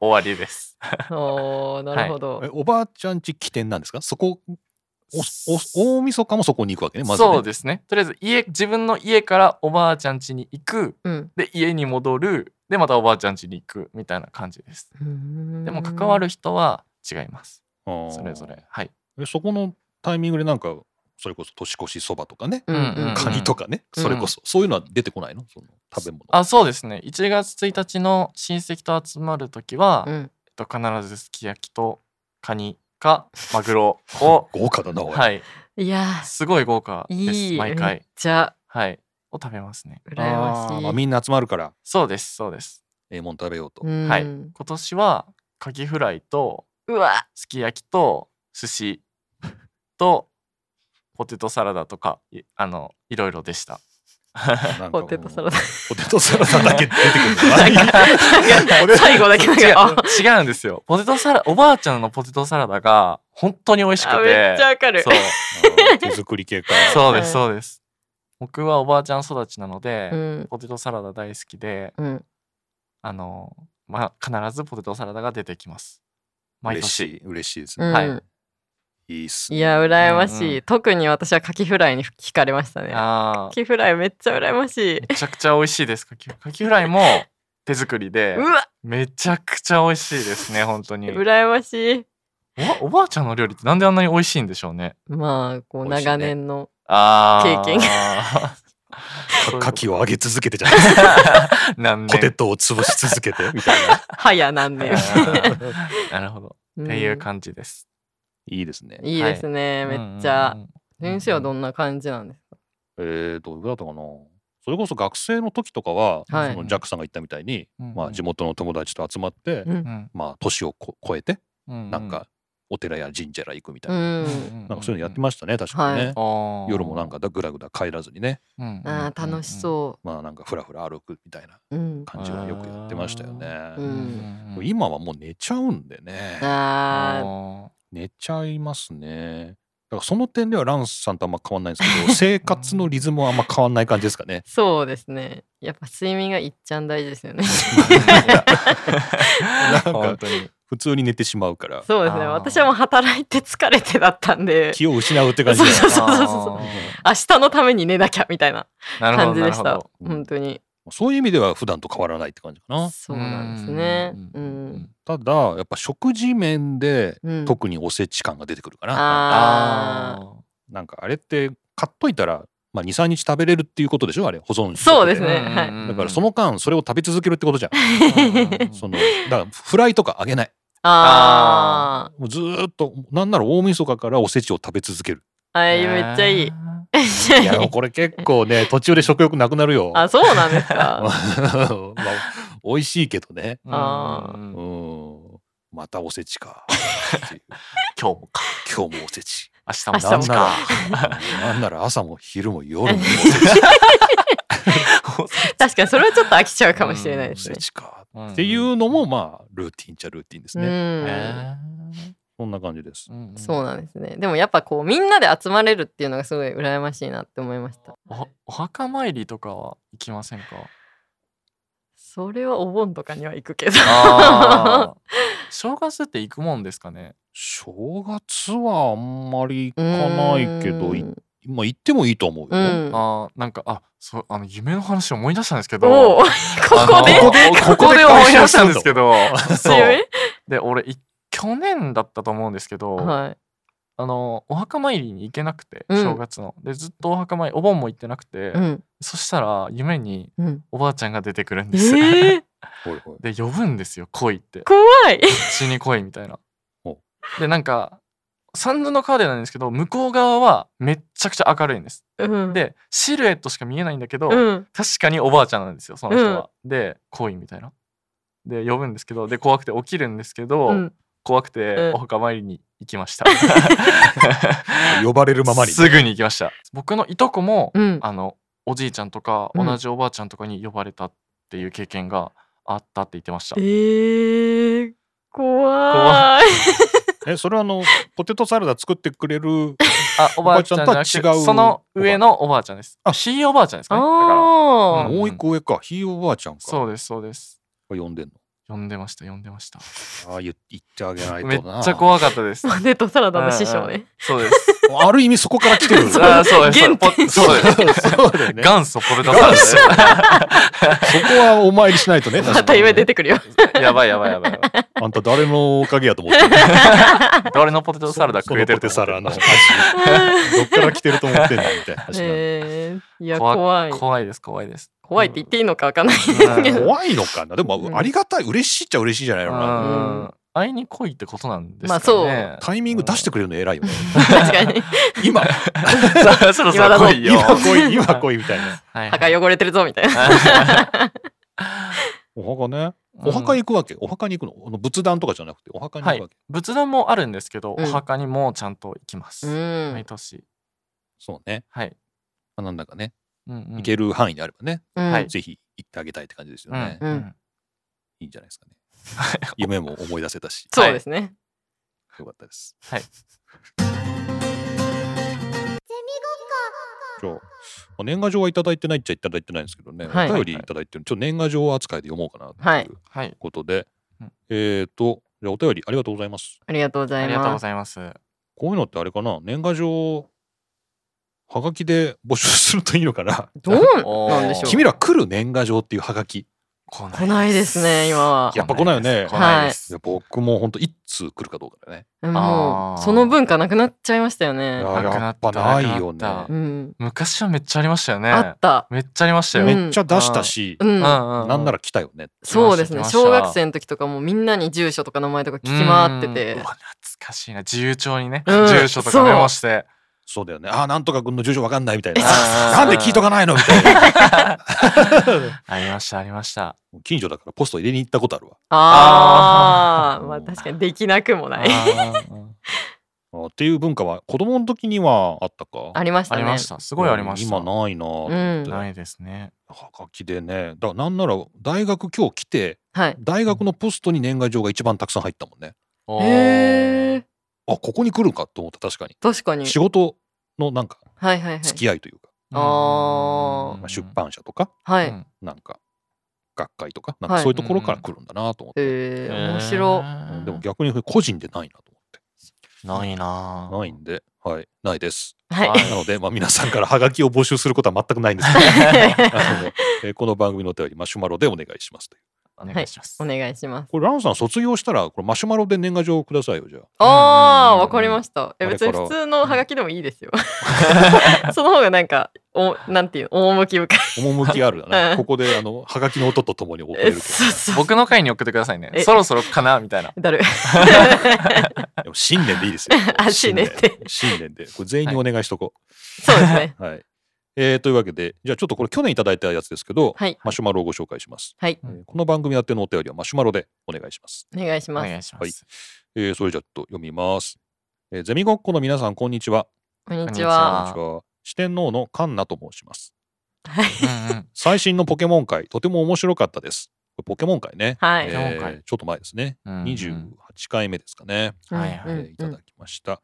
C: 終わりです。
B: おーなるほど、
A: えおばあちゃん家起点なんですかそこおお大晦日もそこに行くわけねまずね
C: そうですねとりあえず家自分の家からおばあちゃん家に行く
B: うん
C: で家に戻るでまたおばあちゃん家に行くみたいな感じです。で
B: で
C: も関わる人は違います
A: あー
C: それぞれはい。
A: えそこのタイミングでなんかそれこそ年越しそばとかね、
B: うんうん
C: うん
A: カニとかね、
C: うん
A: それこそそういうのは出てこないのその食べ物
C: あそうですね1月1日の親戚と集まる時は、
B: う
C: えっ
B: ん
C: と、必ずすき焼きとカニ かマグロを
A: 豪華だなおい、
C: はい
B: いや
C: すごい豪華
B: ー
C: です
B: いい
C: 毎
B: めっ
C: 回
B: ちゃ
C: はいを食べますね
B: 羨
A: あーまあ
B: ましい
A: みんな集まるから
C: そうですそうです
A: ええもん食べようと、
B: うん
C: はい今年はカキフライと
B: うわ
C: すき焼きと寿司とポテトサラダとかいあのいろいろでした
A: なんか
B: ポテトサラダ
A: ポテトサラダだけ出てくるの
B: な んかなんか最後だけなん
C: 違う
B: かあ
C: 違うんですよポテトサラおばあちゃんのポテトサラダが本当に美味しくて
B: あめっちゃわかる
C: そう
A: あー手作り系か
C: そうで
B: はい
C: すそうです僕はおばあちゃん育ちなので、
B: うん
C: ポテトサラダ大好きで
B: うん
C: あのまあ必ずポテトサラダが出てきます毎
A: 嬉し
C: 年
A: い嬉しいです
B: う
A: ね、
B: ん
C: はい
A: いいっす
B: い
A: ね
B: や羨まし
C: うんう
B: い特に私はカキフライに惹かれましたねカ
C: あー
B: キフライめっちゃ羨ましい
C: めちゃくちゃ美味しいですかきかきフライも手作りで
B: うわ
C: めちゃくちゃ美味しいですね本当におば
B: 羨ましい
C: おばあちゃんの料理ってなんであんなに美味しいんでしょうね
B: まあこう
A: 美味しいね
B: 長年の
C: あー
B: 経験
C: そういうこと
A: 牡蠣を揚げ続けてじゃないですか
C: 何
A: ポ
C: 年
A: テトを潰し続けてみたいな
B: 早何年
C: なるほど。
B: っ
C: っていう感じです。
A: いいですね
B: いいですね
C: うん
B: めっちゃ
C: うんうん
B: 先生はどんな感じなんですか
A: えー、どうだったかなそれこそ学生の時とかは、
B: はい
A: そのジャックさんが言ったみたいに、
C: うん
A: まあ、地元の友達と集まって、
B: うん
A: まあ年をこ超えて
C: な
A: なんかお寺や神社ら行くみたいな、
B: うん
A: なんかそういうのやってましたね確かにね、
C: あ
A: 夜もなん
C: か、
A: かだぐらぐら帰らずにね
C: うん
B: あー楽しそ
A: まあなんかふらふら歩くみたいな
B: う。うん。
A: 感じはよくやってましたよね、
B: うん
A: でも今はもう寝ちゃうんでね
B: あ
A: 寝ちゃいますねだからその点ではランスさんとあんま変わんないんですけど 生活のリズムはあんま変わんない感じですかね
B: ーそうですね。やっぱ睡眠がいっちゃん大事ですよね。
A: なんか
C: 本当に
A: 普通に寝てしまう から
B: そうですね。
C: あー
B: 私はもう働いて疲れてだったんで、
A: 気を失うって感じ
B: そう
A: で
B: そうそうそうそう
C: あー
B: 明日のために寝なきゃみたいな
C: なるほ
B: 感
C: ど
B: じ
C: な
B: で
C: る
B: し
C: ほ
B: た
C: ど。
A: うん
B: 本当に。
A: そういう意味では普段と変わらないって感じかな
B: そうなんですね。うん。
A: ただやっぱ食事面で
B: うん
A: 特におせち感が出てくるかな、
B: ああ。
C: あ
A: なんかあれって買っといたら、まあ、23日食べれるっていうことでしょあれ保存食で
B: そうです
C: ー
B: ねはい
C: うんうんうん
A: だからその間それを食べ続けるってことじゃん
C: うん
A: そのだからフライとかあげない
B: あ
A: もうずーっとなんなら大晦日からおせちを食べ続 ける
B: あ。あれめっちゃいい。
A: いやでもこれ結構ね途中で食欲なくなるよ
B: あ、そうなんです
A: ま
B: か。
A: あ美味しいけどね
B: あー
C: うん
A: う
C: 今
A: んまたおせちかっていう
C: 日もか
A: 今日もおせち
C: 明日
B: 明日
C: も
B: も
C: か
B: か。
A: なんなら朝も昼も夜も
B: 確かにそれはちょっと飽きちゃうかもしれない
A: お
B: です
A: せ
B: ね。
A: ちか
C: うん
A: っていうのもまあルーティンっちゃルーティンです
B: う
A: ね、
B: ん。
C: え
A: そんな感じです
C: ーん
B: そうなんですね。でもやっぱこうみんなで集まれるっていうのがすごい羨ましいなって思いました。
C: おお墓参りとかは行きませんか
B: それはお盆とかには行くけど。
C: あー正月って行くもんですかね
A: 正月はあんまり行かないけど
B: う
A: い
B: ん
A: まあ行ってもいいと思う
B: う
A: よ、
B: ん。
C: あーなんかあそうあの夢の話思い出したんですけど
B: おお、こ
C: あ
B: こ
C: の
B: で
A: ここで
C: ここで思い出したんですけどそう
B: 強い
C: で俺い去年だったと思うんですけど、
B: はい。
C: あのお墓参りに行けなくて
B: うん
C: 正月の、でずっとお墓参りお盆も行ってなくて、
B: うん。
C: そしたら夢に
B: うん。
C: おばあちゃんが出てくるん
B: え
C: です、
B: ー、
A: ほいほい
C: で呼ぶんですよ来いって
B: 怖い。
C: 死に来いみたいな
A: ほ。
C: でなんか三途の川でなんですけど向こう側はめっちゃくちゃ明るいんです。
B: うん、
C: でシルエットしか見えないんだけど、
B: うん。
C: 確かにおばあちゃんなんですよその人は。で来いみたいな。で呼ぶんですけどで怖くて起きるんですけど、
B: うん。
C: 怖くて
B: うん
C: お墓参りに行きま した。
A: 呼ばれるままに
C: すぐに行きました。僕のいとこも、
B: うん。
C: あのおじいちゃんとか
B: うん
C: 同じおばあちゃんとかに呼ばれたっていう経験があったって言ってました。
B: えー、怖い。
A: えそれはあ のポテトサラダ作ってくれる
C: あおばあちゃんじゃ
A: おばあ
C: なくて
A: ちゃんとは違う
C: その上のおばあちゃんです。
A: あ
C: ひいおばあちゃんですかね。だから
B: あ
C: う
B: ー
C: ん
A: もう一個上かひいおばあちゃんか
C: そうですそうです。
A: 呼んでん
C: 呼んでました呼んでました。
A: のああ言言ってあげないと
C: めっ
A: な
C: ちゃ怖かった です。
B: ポテトサラダの師
C: う
B: 匠
C: んうん
B: ね。。
C: そうです。
A: ある意味そこから来てる
B: そう
C: あー そうです。
B: 原点
C: ポそうです。
A: そうだよね
C: 元祖ポルタサラダ です
A: そこはお参りしないとね確か
B: ま
A: に
B: た夢出てくるよ。
C: やばいやばいやばいやばい。
A: あんた誰のおかげやと思ってる
C: 誰のポテトサラダ食えてると
A: そ
C: 思
A: の
C: ってる
A: ポテサラの味どっから来てると思ってんのみたいな話なんで
B: えー、いや
C: 怖
B: 怖い怖い
C: 怖いです怖いです。
B: って言っていいのかわかんないです
C: う
B: け
C: ん
B: ど、
A: 怖いのかなでも
B: うん
A: ありがたい嬉しいっちゃ嬉しいじゃないのかな
B: うん
C: うん会いに来いってことなんですかね。
B: まあそう
A: タイミング出してくれるの偉いよね
B: 確かに
A: 今
C: さそろそろ来いよ。
A: 今来い 今来いみたいな
C: はいは
B: 墓
C: い
B: 汚れてるぞみたいな。
A: お墓ねお墓行くわけお墓に行くのあの仏壇とかじゃなくてお墓に行くわけ
C: 仏壇もあるんですけど、
B: うん
C: お墓にもちゃんと行きます。
B: うん
C: 毎年。
A: そうね
C: はい。
A: まあなんだかね
C: うんうん
A: 行ける範囲であればね
B: うん
C: はい
A: ぜひ行ってあげたいって感じですよ
C: う
A: ね
C: んうん。
A: いいんじゃないですかね夢も思い出せたし
B: そうですね。
A: よかったです
C: はい。
A: じゃあまあ年賀状はいただいてないっちゃいただいてないんですけどね、
B: はい
A: お便りいただいてるちょっと年賀状扱いで読もうかな
B: は
A: とい
B: いう
C: はい。
A: ことで、
C: うん
A: えっ、とじゃあお便りありがとうございます
B: ありがとうござ
C: あ
B: い
C: りがとう
B: ま
C: ご
B: す。
C: ざいます。あ
A: こういうのってあれかな年賀状はがきで募集するといいのかな
B: どうなんでし ょう。
A: 君ら来る年賀状っていうはがき
C: 来
B: 来ないですね今は。
A: やっぱ来ないよね
C: 来ないです。
A: いや僕も本当一通来るかどうかだよね
B: も
C: あー
B: うその文化なくなっちゃいましたよ
A: い
B: ね。
A: や
C: なくな
A: やっ
C: っ
A: たぱないよね
C: なくなった
B: うん。
C: 昔はめっちゃありましたよね。
B: あった。
C: めっちゃありましたよ。
B: うん
A: めっちゃ出したし
B: う、。
C: うんんう
A: なんな
C: ら
A: ら来たよね
B: そうですね
C: 来ました
B: 小学生の時とかもみんなに住所とか名前とか聞き回ってて
C: 懐かしいな。自由帳にね、
B: うん
C: 住所とかメモして。
A: そうだよねあーなんとか君の住所わかんないみたいな
C: あー
A: なんで聞いとかないのみたいな
C: ありましたありました。
A: 近所だからポスト入れに行ったことあるわ
B: あ
C: あー
B: ーまあ確かにできなくもない
C: あー
A: あーっていう文化は子供の時にはあったか
B: ありまし
C: あ
B: た
C: り
B: ね
C: ました。すごいありました。
A: 今ないなと思って、
B: うん
C: ないですね。
A: はがきでねだからなんなら大学今日来て
B: はい
A: 大学のポストに年賀状が一番たくさん入ったもんね
B: へえ
A: あここに来るかと思った確かに
B: 確かに
A: 仕事のなんか
B: はいはいはい
A: 付き合いというか、
C: うん
B: あー
A: まあ出。版社とか
B: はい、
C: うん
A: なんか学会とかなんか
B: はい
A: そういうところから来るんだなと思って、
B: えー、面白
A: うんでも逆に個人でないなと
C: ないな
A: 思ってないんではいないです
B: はい、
C: はい
A: なので、まあ、皆さんからハガキを募集することは全くないんですけどあのねえーこの番組のお便りマシュマロでお願いしますという
C: お願いします。
B: お願いします
A: これランさん卒業したらこれマシュマロで年賀状をくださいよじゃあ
B: あーわかりましたえ
A: あれ
B: 別
A: から
B: に普通のハガキでもいいですよ その方がなんかおなんていうの趣深い
A: 趣あるよ
B: う
A: ね
B: ん
A: ここであのハガキの音とともに送れ
B: え
A: るけ
B: そうそう
C: 僕の回に送ってくださいね。
B: え
C: そろそろかなみたいな。
B: だる
A: どでも新年でいいですよ
B: あ新年で
A: 新年でこれ全員にお願いしとこ
B: そうですね
A: うはい、えーというわけでじゃあちょっとこれ去年いただいたやつですけど、
B: はい
A: マシュマロをご紹介します、
B: はい
A: えーこの番組宛てのお便りはマシュマロでお願いします、
B: お願いし
C: お
B: ます、
C: 願いします。
A: えーそれじゃあちょっと読みます、えーゼミごっこの皆さんこんにちは
B: こんにち
A: こ
B: は
A: んにちは四天王のカンナと申します
B: はい
C: うんうん
A: 最新のポケモン界とても面白かったですこれポケモン界ね、
B: はい
A: え
C: ポケモン
A: ー
C: 界、
A: ちょっと前ですね
C: うんうん
A: 28回目ですかね、
C: はいはい
B: うん
A: えーいただきました、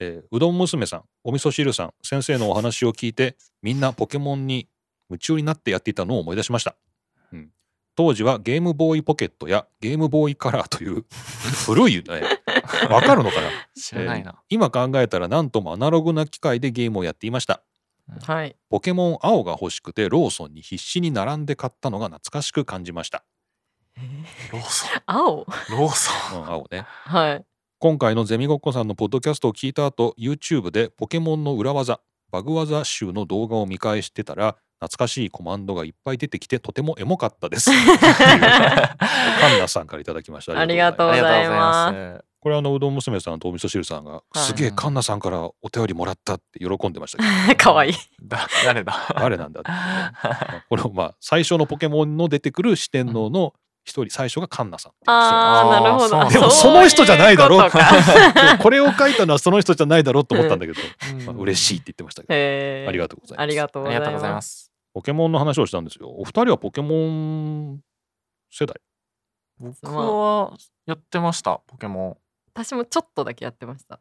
A: えーうどん娘さんお味噌汁さん先生のお話を聞いてみんなポケモンに夢中になってやっていたのを思い出しました、うん、当時はゲームボーイポケットやゲームボーイカラーという 古いねわかるのかな
C: 知らないな。
A: 今考えたらなんともアナログな機械でゲームをやっていました
B: はい
A: ポケモン青が欲しくてローソンに必死に並んで買ったのが懐かしく感じました、
C: ローソ
B: 青
C: ン。ローソ
A: うん、青ね
B: はい
A: 今回のゼミごっこさんのポッドキャストを聞いた後 YouTube でポケモンの裏技バグ技集の動画を見返してたら懐かしいコマンドがいっぱい出てきてとてもエモかったです カンナさんからいただきました
B: ありがとう
C: ン。
B: ご
C: あ
B: ざ
C: り
B: い
C: が
B: ま
C: と
B: す
C: うございます。
A: これあのうどん娘さんとお味噌汁さんが、
B: い
A: すげえカンナさんからお便りもらったって喜んでましたけど
B: 可愛い
C: だ誰だ。
A: 誰なんだっていう ね、これをまあ最初のポケモンの出てくる四天王の一人最初がカンナさんっていう人
B: あーなるほど
C: あー
A: でも
B: そ
A: そうの人じゃないだろ
B: う
A: う
B: ことか
A: でも これを書いたのはその人じゃないだろうと思ったん だけど、まあ、嬉
C: い。
A: しいって言ってましたけ
B: へ
A: ど
B: ー
A: ありがとうございます
B: ありがとう
C: あ
B: ご
C: り
B: ざい
C: がとうござい
B: ま
C: ますす。
A: ポケモンの話をしたんですよお二人はポケモン世代
C: 僕はやってました。ポケモン。
B: 私もちょっとだけやってました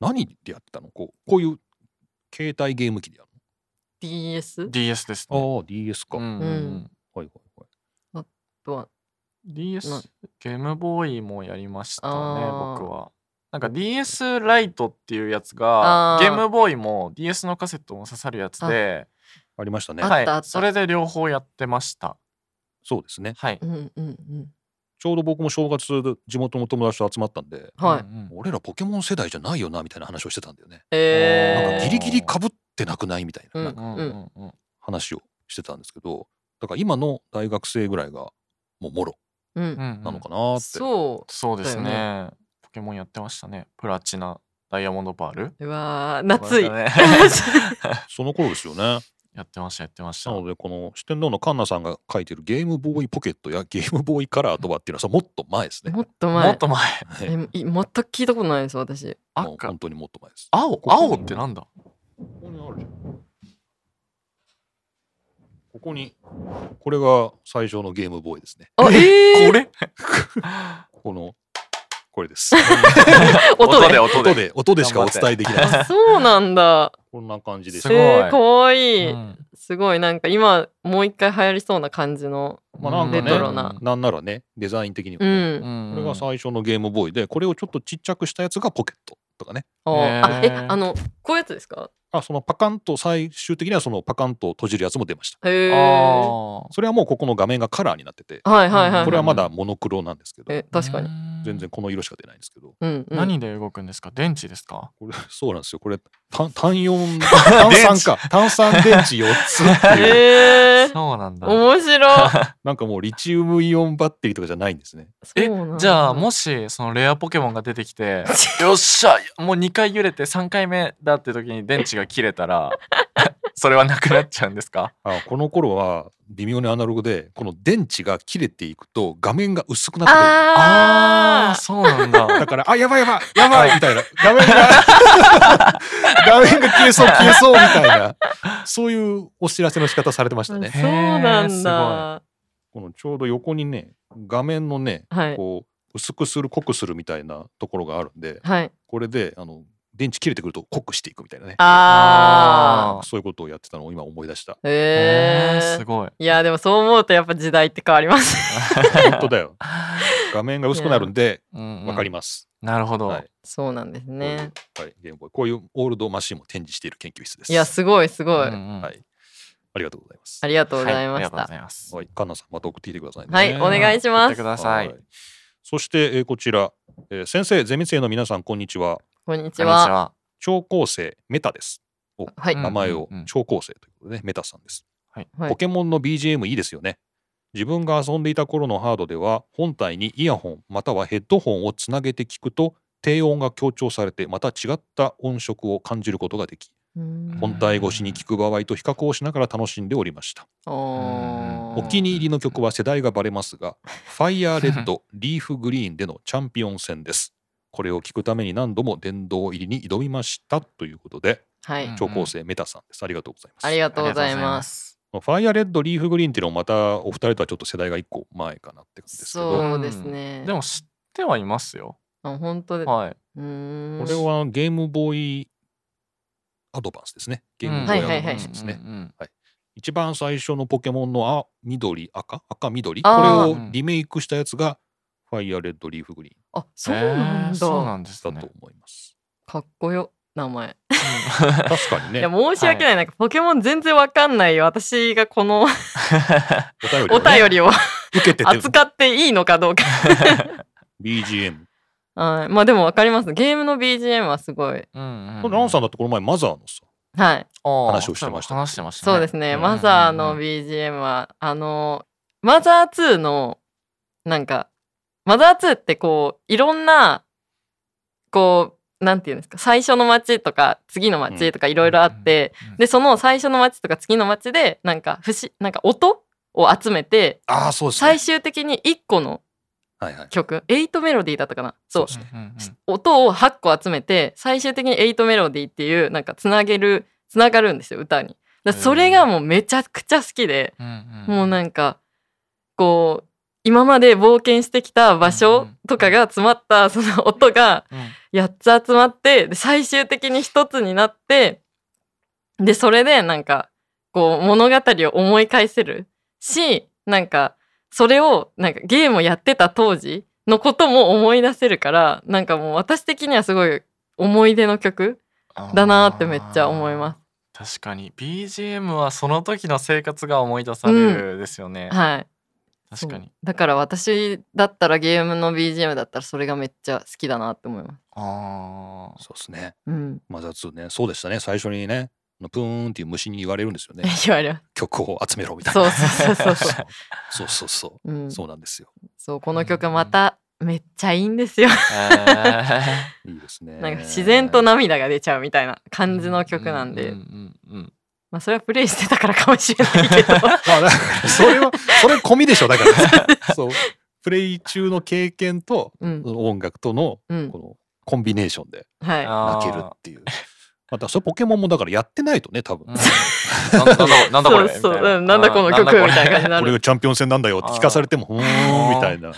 A: 何でやってたのこうこういう携帯ゲーム機でやる
B: DS
C: DS ですね。
A: のああ DS か、
C: う
A: はい
C: ん
B: うん
A: はいはい
B: とは
C: DS
B: な
C: ゲームボーイもやりましたね
B: あー
C: 僕はなんか DS ライトっていうやつが
B: あー
C: ゲームボーイも DS のカセットも刺さるやつで、
A: ありましたね
B: あ
C: はい
B: あったあった
C: それで両方やってました
A: そうですね
C: はい、
B: うんうんうん
A: ちょうど僕も正月地元の友達と集まったんで
B: はい、
C: うんうん
A: 俺らポケモン世代じゃないよなみたいな話をしてたんだよね
B: えー、
A: なんかギリギリかぶってなくないみたいな,、
B: うん
A: なんか
C: うんうんうん
A: 話をしてたんですけどだから今の大学生ぐらいがもうもろ
B: うん
C: うんうん
A: なのかなって、
B: そ
C: そうですね
B: だ
C: ポケモンやってましたねプラチナダイヤモンドパール
B: ううわー夏い、
C: ごめんなさね
A: その頃ですよね
C: やってましたやってました
A: なのでこの四天王のカンナさんが書いてるゲームボーイポケットやゲームボーイカラーとはっていうのはさもっと前ですね。
B: もっと前
C: もっと前
B: えい全く聞いたことないです私
A: もう
C: 赤
A: 本当にもっと前です。
C: 青青ってなんだ
A: ここにあるじゃん。ここにこれが最初のゲームボーイですね。
B: あえー、
C: これ
A: このこれ です。
B: 音で
C: 音
A: 音
C: で
A: で音でしかお伝えできない。
B: あそうなんだ
A: こんな感じです
B: す
C: ご
B: ご
C: い
B: い、えー、かわいい、
C: うん
B: すごいなんか今もう一回流行りそうな感じの
A: まあなんかね
B: レトロな
A: なんならねデザイン的にも
B: う
A: ね、
B: ん、
A: これが最初のゲームボーイでこれをちょっとちっちゃくしたやつがポケットとかね。
B: あーあ
C: へ
B: え
C: ー
B: あのこういうやつですか
A: あそのパカンと最終的にはそのパカンと閉じるやつも出ました。
B: へえは
C: あ
A: それはもうここの画面がカラーになってて、
B: いはいはい、
A: これはまだモノクロなんですけど、
B: え確かに
C: に
A: 全然この色しか出ないんですけど、
B: うん、うん、
C: 何で動くんですか電池ですか
A: これ そうなんですよ。これ単単4炭酸か炭酸電池4つっていう、
B: えー、
C: そうなんだ
B: 面白 い
A: なんかもうリチウムイオンバッテリーとかじゃないんですね。
B: そ
C: え
B: うなんだ
C: じゃあもしそのレアポケモンが出てきてよっしゃもう2 2回揺れて3回目だって時に電池が切れた らそれはなくなっちゃうんですか
A: あこの頃は微妙にアナログでこの電池が切れていくと画面が薄くなってくる
C: あ
B: あ
C: あそうな んだ
A: だから、あ、やばいやばい、やば
C: はい
A: いみたいな。画面が、画面が消えそう、消えそうみたいな。そういうお知らせの仕方されてました
B: そう
A: ね。
B: な
C: へー
B: ん
C: す
B: だ
C: ご
A: このちょうど横にね、画面のね、
B: はい
A: こう、薄くする、濃くするみたいなところがあるんで、
B: はい
A: これで、あの、電池切れてくると濃くしていくみたいなね。
B: ああ
A: そういうことをやってたのを今思い出 した。
B: へえ
C: すごい
B: いやでもそう思うとやっぱ時代って変わりますね
A: 本当だよ。画面が薄くなるんで、わ
C: わ
A: かります。
C: なるほど、
A: はい
B: そうなんですね
A: はい、ゲームボーイ。こういうオールドマシンも展示している研究室です。
B: いやすごいすごい、
C: うんうん
A: はいありがとうございます。
B: ありがとうございま
C: はありが
B: し
C: とうご
B: た
C: ざいます
A: はい、カンナさんまた送ってきてくださいね。
B: はいお願いしま
C: 送
B: す
C: ってくださいこんに
A: そして、えーこちら、えー先生ゼミ生の皆さんこんにちは。
B: こんにち
C: ち
B: は
C: は
A: 超高生メタです。
B: はい、
C: うん
A: 名前を
C: うんうん
A: 超高生ということでね、メタさんです。
B: はい
A: ポケモンの BGM いいですよね。自分が遊んでいた頃のハードでは本体にイヤホンまたはヘッドホンをつなげて聞くと低音が強調されてまた違った音色を感じることができ
B: うん
A: 本体越しに聞く場合と比較をしながら楽しんでおりました
B: お
A: お
B: ー
A: 気に入りの曲は世代がバレますが、ファイヤーレッド、リーフグリーンでのチャンピオン戦です。これを聞くために何度も殿堂入りに挑みましたということで、
B: はい、
C: うん
A: 超高生メタさんです。ありがとうございます。
B: ありがとうございます
C: す
A: ファイヤーレッド、リーフグリーンっていうのもまたお二人とはちょっと世代が一個前かなって感じですけど、
B: そうですね、
C: でも知ってはいますよ
B: あ本当で、
C: は
B: うーん
A: これはゲームボーイアドバンスですね。
C: い
A: ゲームボー
B: は
A: イ
B: い
A: ア
B: は
A: ド
B: いは
A: バ
B: い
A: ンスですね。
C: うんうんうん
A: 一番最初のポケモンのあ緑、赤、赤、緑、これ
B: あ
C: ー
A: をリメイクしたやつが、ファイヤーレッド、リーフグリーン
B: あそうなん
C: えー
B: だ、
C: そうなんです
A: だ
C: ね
A: と思います。
B: かっこよ名前
A: 確かに
B: い
A: ね
B: や。申し訳ない、なんかポケモン全然わかんないよ私がこの
A: お便り,、
B: お便りを
A: 受けてて
B: 扱っていいのかどうか
A: BGM。
B: はいまあでもわかりますゲームの BGM はすごい
C: うんうん
A: これランさんだってこの前マザーのさ、
B: はい
A: 話をしてました
C: あー話してましたね
B: そうですね、
A: うん
B: マザーの BGM はあのマザー2のなんかマザー2ってこういろんなこうなんていうんですか最初の街とか次の街とかいろいろあって、
C: うん
B: でその最初の街とか次の街でなんか不思なんか音を集めて
A: ああ、そうです、
B: 最
A: ね。
B: 終的に1個の
A: はいはい。
B: 曲8メロディーだったかなそう
A: そう
C: うんうん
B: 音を8個集めて最終的に8メロディーっていうなんかつなげるつながるんですよ歌に。だからそれがもうめちゃくちゃ好きで、
C: うん
B: もう
C: うん
B: なんかこう今まで冒険してきた場
C: う
B: 所
C: んうん
B: とかが詰まったその音が
C: うん
B: 8つ集まってで最終的に1つになってでそれでなんかこう物語を思い返せるしなんかそれをなんかゲームをやってた当時のことも思い出せるからなんかもう私的にはすごい思い出の曲だなーってめっちゃ思います
C: 確かに BGM はその時の生活が思い出されるですよね、
B: はい
C: 確かに
B: そうだから私だったらゲームの BGM だったらそれがめっちゃ好きだなって思います
C: あー
A: そうですね。
B: うん。
A: マザー2ね。そうでしたね。最初にね、あのプーンっていう虫に言われるんですよね
B: 言われま
A: 曲を集めろみた
B: す
A: いな。
B: そうそうそうそうそ、
A: そうそうそう
B: うん
A: う。、そうなんですよ。
B: そうこの曲まためっちゃいいんですよ
C: え
A: いいですね。
B: なんか自然と涙が出ちゃうみたいな 感じの曲なんで、
C: ううんうんうん
B: まあそれはプレイしてたからかもしれな いけど
A: まあだからそれは、それ込みでしょ。だから。そう。プレイ中の経験と
B: うん
A: 音楽との
B: うん
A: このコンビネーションで
B: はい
C: あ
A: 泣
C: ー
A: けるっていう。またそれポケモンもだからやってないとね、多分。
C: うんなんだなんだこれ
B: そうそう
C: みたい
B: うんなんだこの曲
C: あー
B: みたいな感じにな
A: これ
B: る
A: がチャンピオン戦なんだよって聞かされてもふーんみたいな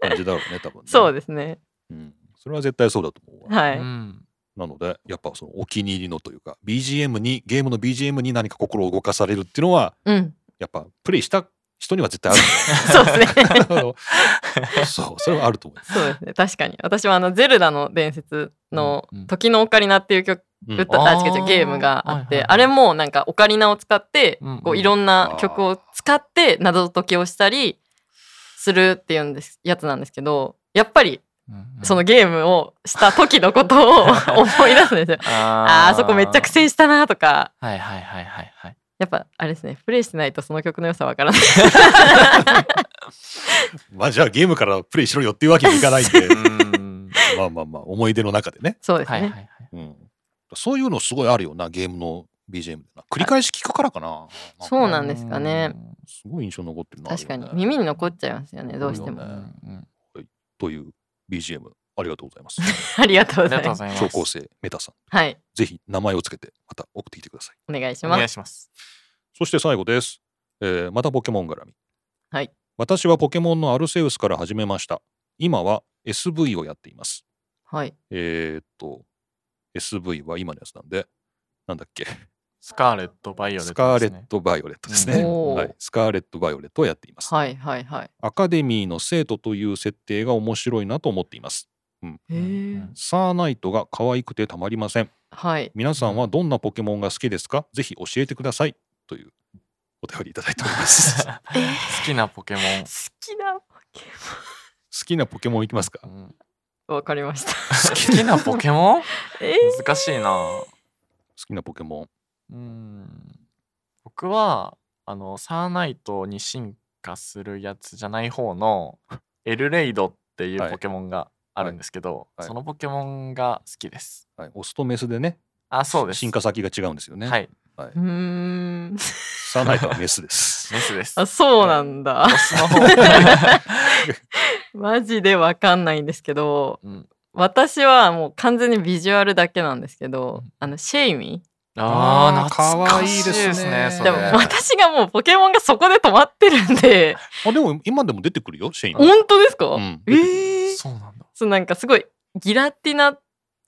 A: 感じだろうね多分ね
B: そうですね
A: うん、それは絶対そうだと思うわ、
B: はい、
C: うん
A: なのでやっぱそのお気に入りのというか BGM にゲームの BGM に何か心を動かされるっていうのは
B: うん、
A: やっぱプレイした人には絶対
B: そうですね
A: あるあのそうそれはあると思います
B: そうですね確かに私はあの「ゼルダの伝説」の
C: うんうん
B: 「時のオカリナ」っていう曲、
A: うん
B: 歌
C: あ
B: あ
C: ー
B: 違う違うゲームがあっ
C: はいはい
B: て、
C: はい
B: あれもなんかオカリナを使って、
C: うんうん
B: こういろんな曲を使って謎解きをしたりするっていうんですやつなんですけどやっぱりそのゲームをした時のこ とを思い出すんですよ。あー
C: あ
B: あそこめっちゃ苦
C: い
B: 戦したなとか
C: はいはいはいはいはい
B: やっぱあれですねプレイしてないとその曲の良さわから ない
A: まあじゃあゲームからプレイしろよっていうわけにいかないんで
C: うん
A: まあまあまあ思い出の中でね
B: そうです
C: はいはい
B: ね
C: はい
A: うん、そういうのすごいあるよなゲームの BGM でな繰り返し聞くからかな,、なんか
B: そうなんですかね。
A: すごい印象に残ってるな
B: 確かに
A: あれはね
B: 耳に残っちゃいますよねどうして
C: う
B: も
C: んう
A: そ。
C: んうん
A: という BGM ありがとうございます
B: ありがとう
C: あ
B: ご
C: りがとうご
B: ざいます。
C: ざいます。
A: 超高生メタさん
B: はい
A: ぜひ名前をつけてまた送ってきてください
B: お願いし
C: お
B: ま
C: 願い
B: す。
C: します。
A: そして最後です、えーまたポケモン絡み
B: はい
A: 私はポケモンのアルセウスから始めました今は SV をやっています
B: はい
A: えー、っと SV は今のやつなんでなんだっけ
C: スカーレット・バイオレット、
A: スカーレッ。ト・バイオレットですね、
B: うんおー
A: はい、スカーレット・バイオレットをやっています、
B: はいはいはい。
A: アカデミーの生徒という設定が面白いなと思っています
B: へー
A: サーナイトが可愛くてたまりません
B: はい
A: 皆さんはどんなポケモンが好きですかぜひ教えてくださいというお便りいただいておりま す好
C: 好きなポケモ
B: 好きなポケ
A: きなポケモンいきますか
C: ン。うん
B: モンわかりました。
C: 好きなポケモン
B: え
C: 難しいな。
A: 好きなポケモン
C: うん。僕は、あの、サーナイトに進化するやつじゃない方 の、エルレイドってい
A: はいう
C: ポケモンがあるんですけど、
A: はい
C: そのポケモンが好きです。
A: はい、オスとメスでね
C: あ、そうです。
A: 進化先が違うんですよね、
C: はい、
B: ーうーん。
A: サーナイトはメスです
C: メスです。
B: あそうなん だ。
C: スの方。
B: マジでわかんないんですけど
C: うん
B: 私はもう完全にビジュアルだけなんですけどあのシェイミ
C: あ
A: あー
C: あ、懐かしいです
A: 可愛い
C: ね。
A: ですね
B: ー
C: そ
B: で
C: れ
B: も私がもうポケモンがそこで止まってるんで
A: あでも今でも出てくるよシェイン
B: 本当ですか、
A: うん
B: えー、
C: そうなんだ。
B: そうなんかすごいギラティナ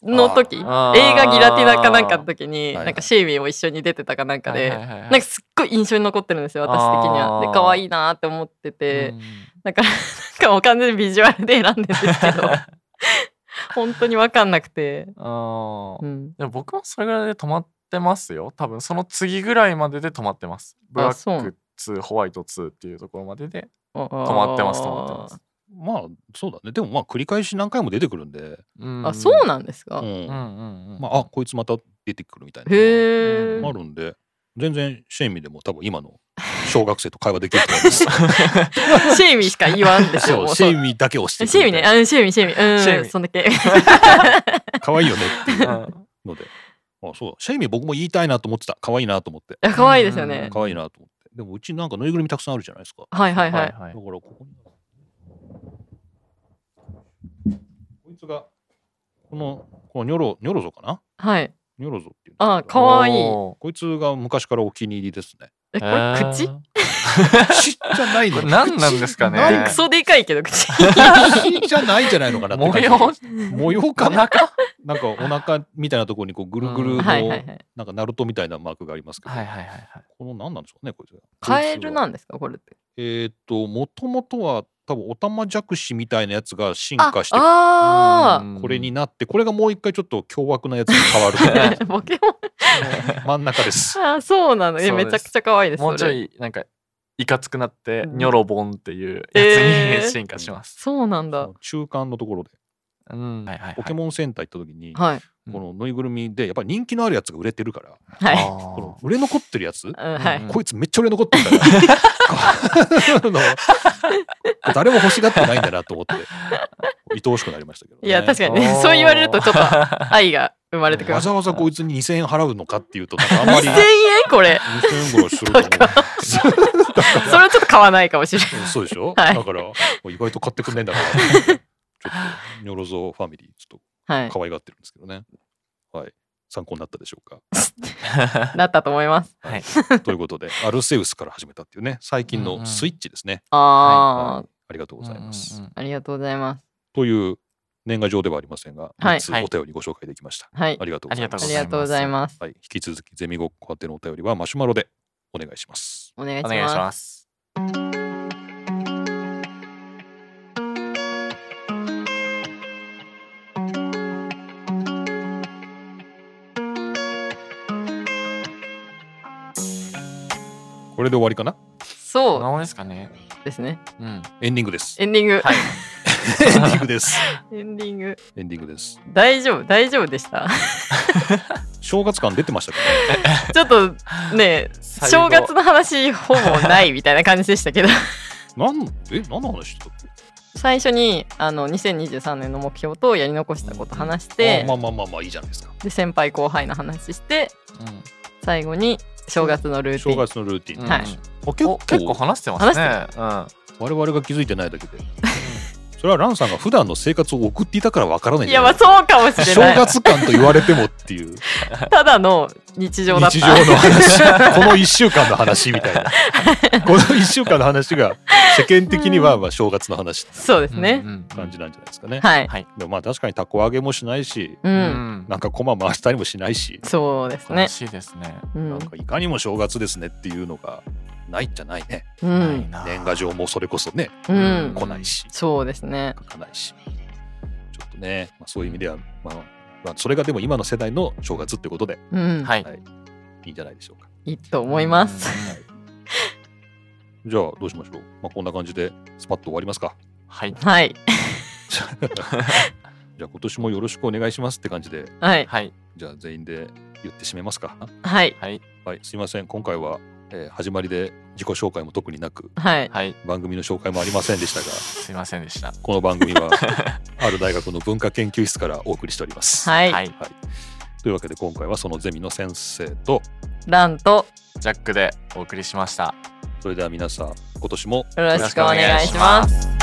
B: の時映
C: あ
B: 画
C: ー
B: ギラティナかなんかの時に
A: いはい
B: なんかシェイミーも一緒に出てたかなんかで、
C: はいはいはいはい
B: なんかすっごい印象に残ってるんですよ私的には。で
C: あー
B: 可愛いなーって思ってて、
C: うん
B: だから なんかもう完全にビジュアルで選んでるんですけ ど本当にわかんなくて。
C: あー
B: うん、
C: でも僕もそれぐらいで止まってますよ。多分その次ぐらいまでで止まってます。ブラ
B: あそう
C: ック2、ホワイト2っていうところまでで
B: 止
C: 止まってます、止まってます。
A: まあそうだねでもまあ繰り返し何回も出てくるんで、
C: うん
B: あそうなんですか、
A: う
C: うんんうんうん。
A: まああこいつまた出てくるみたいな
B: へえ、
A: あるんで全然シェイミーでも多分今の小学生と会話できると思います
B: シェイミーしか言わんでし
A: そ
B: ょも
A: う
B: う
A: シ
B: そ
A: ェ
B: う
A: イミーだけ押して
B: シェイミーねあシェイミーシェイミーうん
C: シェイミー
B: そんだけ
A: 可愛いよねっていう
C: うん
A: のであそうだシェイミー僕も言いたいなと思ってた可愛いなと思って
B: いや可愛いですよ
C: うん
B: ね、
A: 可愛いなと思ってでもうちなんかぬいぐるみたくさんあるじゃないですか
B: はい はいはい、
C: はいは
A: だ
C: い
A: からここにこいつがこのこのニョロニョロゾかな
B: はい。
A: ニョロゾっていうんですけど
B: あー、かわいい。え、
C: お
A: こいつが昔からお気に入りです ね
B: これ
C: ーへー
B: 口、
A: 口じゃない
C: こ
A: の
C: れ何なんですかね
A: 口
B: クソでかいけど口。
A: 口じゃないんじゃないのかなって
C: 模
A: 感じ
C: 様
A: 模様か
C: お
A: な
C: 腹は
A: なんかお腹みたいなところにこうぐるぐる
C: うん
A: の
B: はいはいはい。
A: なんかナルトみたいなマークがありますけ
C: い
A: ど、
C: はいはいはい。
A: この何なんでしょうねこいつ
B: カエルなんんですかこれって。
A: えーっともともとは多分オタマジャクシみたいなやつが進化して
B: あ
C: うん
A: これになってこれがもう一回ちょっと凶悪なやつに変わるみ たいな
B: あ。ポケモン。
A: 真ん中です
B: あー、そうなの。え、
C: そう
B: め
C: です
B: ちゃくちゃ可愛いです。
C: もうちょ
B: それ。
C: いなんかいかつくなって
B: うん
C: ニョロボンっていうや
B: え
C: つ
B: ー
C: に進化します。
B: そうなんだ。
A: 中間のところで
C: うんはいはいはい
A: ポケモンセンター行った時に、
B: はい。
A: このぬいぐるみでやっぱり人気のあるやつが売れてるから、
B: はい。
C: あー
A: この売れ残ってるやつ、
B: うん、はい。
A: こいつめっちゃ売れ残って るから この誰も欲しがってないんだなと思って愛おしくなりましたけど、ね、
B: いや、確かに
C: お
B: ね、
C: ー
B: そう言われるとちょっと愛が生まれてくる
A: わ。ざわざこいつに2000円払うのかっていうとなんかあんま
B: 2000
A: り
B: 円これ。
A: 2000円ぐらいすると思 う
B: それはちょっと買わないかもしれない。
A: そうでしょ、
B: はい
A: だから意外と買ってくんねえ んだなと思ってちょっとニョロゾファミリーちょっ
B: は
A: と可愛がってるんですけどねはい参考になったでしょうか
B: い。なったと思います。
C: はい
A: ということで、アルセウスから始めたっていうね、最近のスイッチですね。
B: あ
A: はいありがとうございます。
C: うんうんうん
B: あ、ありがとうございます。
A: という年賀状ではありませんが、
B: はい
A: 3つお便りご紹介できました。
B: はい
A: あ。りがとうございま
B: あ
A: す。
B: りがとうございます。
A: はい、引き続きゼミごっこ宛てのお便りはマシュマロでお願いします。
B: お願いし
C: お願いし
B: ま
C: ます。
A: これで終わりかな？
B: す。そ
C: 何ですかね。
B: うですね。
C: うん。
A: エンディング です。
B: エンディング。
C: はい
A: エンディングです。
B: エンディング。
A: エンディングです。
B: 大丈夫大丈夫でした
A: 正月感出てましたかね。
B: ちょっとね
C: 最後
B: 正月の話ほぼないみたいな感じでしたけど
A: なんえ何の話してたっけ？
B: 最初にあの2023年の目標とやり残したこと話して
A: あ、まあまあまあまあいいじゃないですか
B: で先輩後輩の話して
C: うん
B: 最後に正月のルーテ
A: 正
B: ィン
A: 月のルーティン、
C: うん
B: はい
A: あ結
C: お
A: 構
C: 結構話してますね。うん
A: 我々が気づいてないだけでそれはランさんが普段の生活を送っていたからわからないん
B: い
A: じゃ
B: や
A: な
B: ま
A: い
B: あそうかもしれ
A: 正
B: ない
A: 月感と言われてもっていう
B: ただの日常だった
A: 日常の 話この1週間の話みたいなこの1週間の話が世間的にはまあ正月の話って
B: そうですね、
C: うんうん
A: 感じなんじゃないですかね、
B: はい、
C: はい
A: でもまあ確かにたこ揚げもしないし
B: う、
C: うんん。
A: なんか駒回したりもしないし、
B: そうです
C: 楽
B: ね
C: しいですね。
B: う
A: なん
B: ん、
A: かいかにも正月ですねっていうのがないんじゃないね
B: う
C: ない
B: ん、
C: な
A: 年賀状もそれこそね
B: うん
A: 来ないし
B: そうですね
A: 書かないしちょっとね、まあ、そういう意味では、まあまあ、それがでも今の世代の正月ってことで
B: うん、
C: はい。
A: いいんじゃないでしょうか
B: い、いと思います、
C: うん。
A: じゃあどうしましょう、まあ、こんな感じでスパッと終わります か
C: はい。
B: はい
A: じゃあ今年もよろしくお願いしますって感じで
B: はい
C: はい。
A: じゃあ全員で言って締めますか
B: はい
C: はい。
A: はいすいません今回は、えー始まりで自己紹介も特になく
B: はい
C: はい。
A: 番組の紹介もありませんでしたが
C: すいませんでした。
A: この番組 はある大学の文化研究室からお送りしております。
B: はい、
C: はい。
A: というわけで今回はそのゼミの先生と
B: ランと
C: ジャックでお送りしました。
A: それでは皆さん今年も
B: よろしくお願いします
C: す。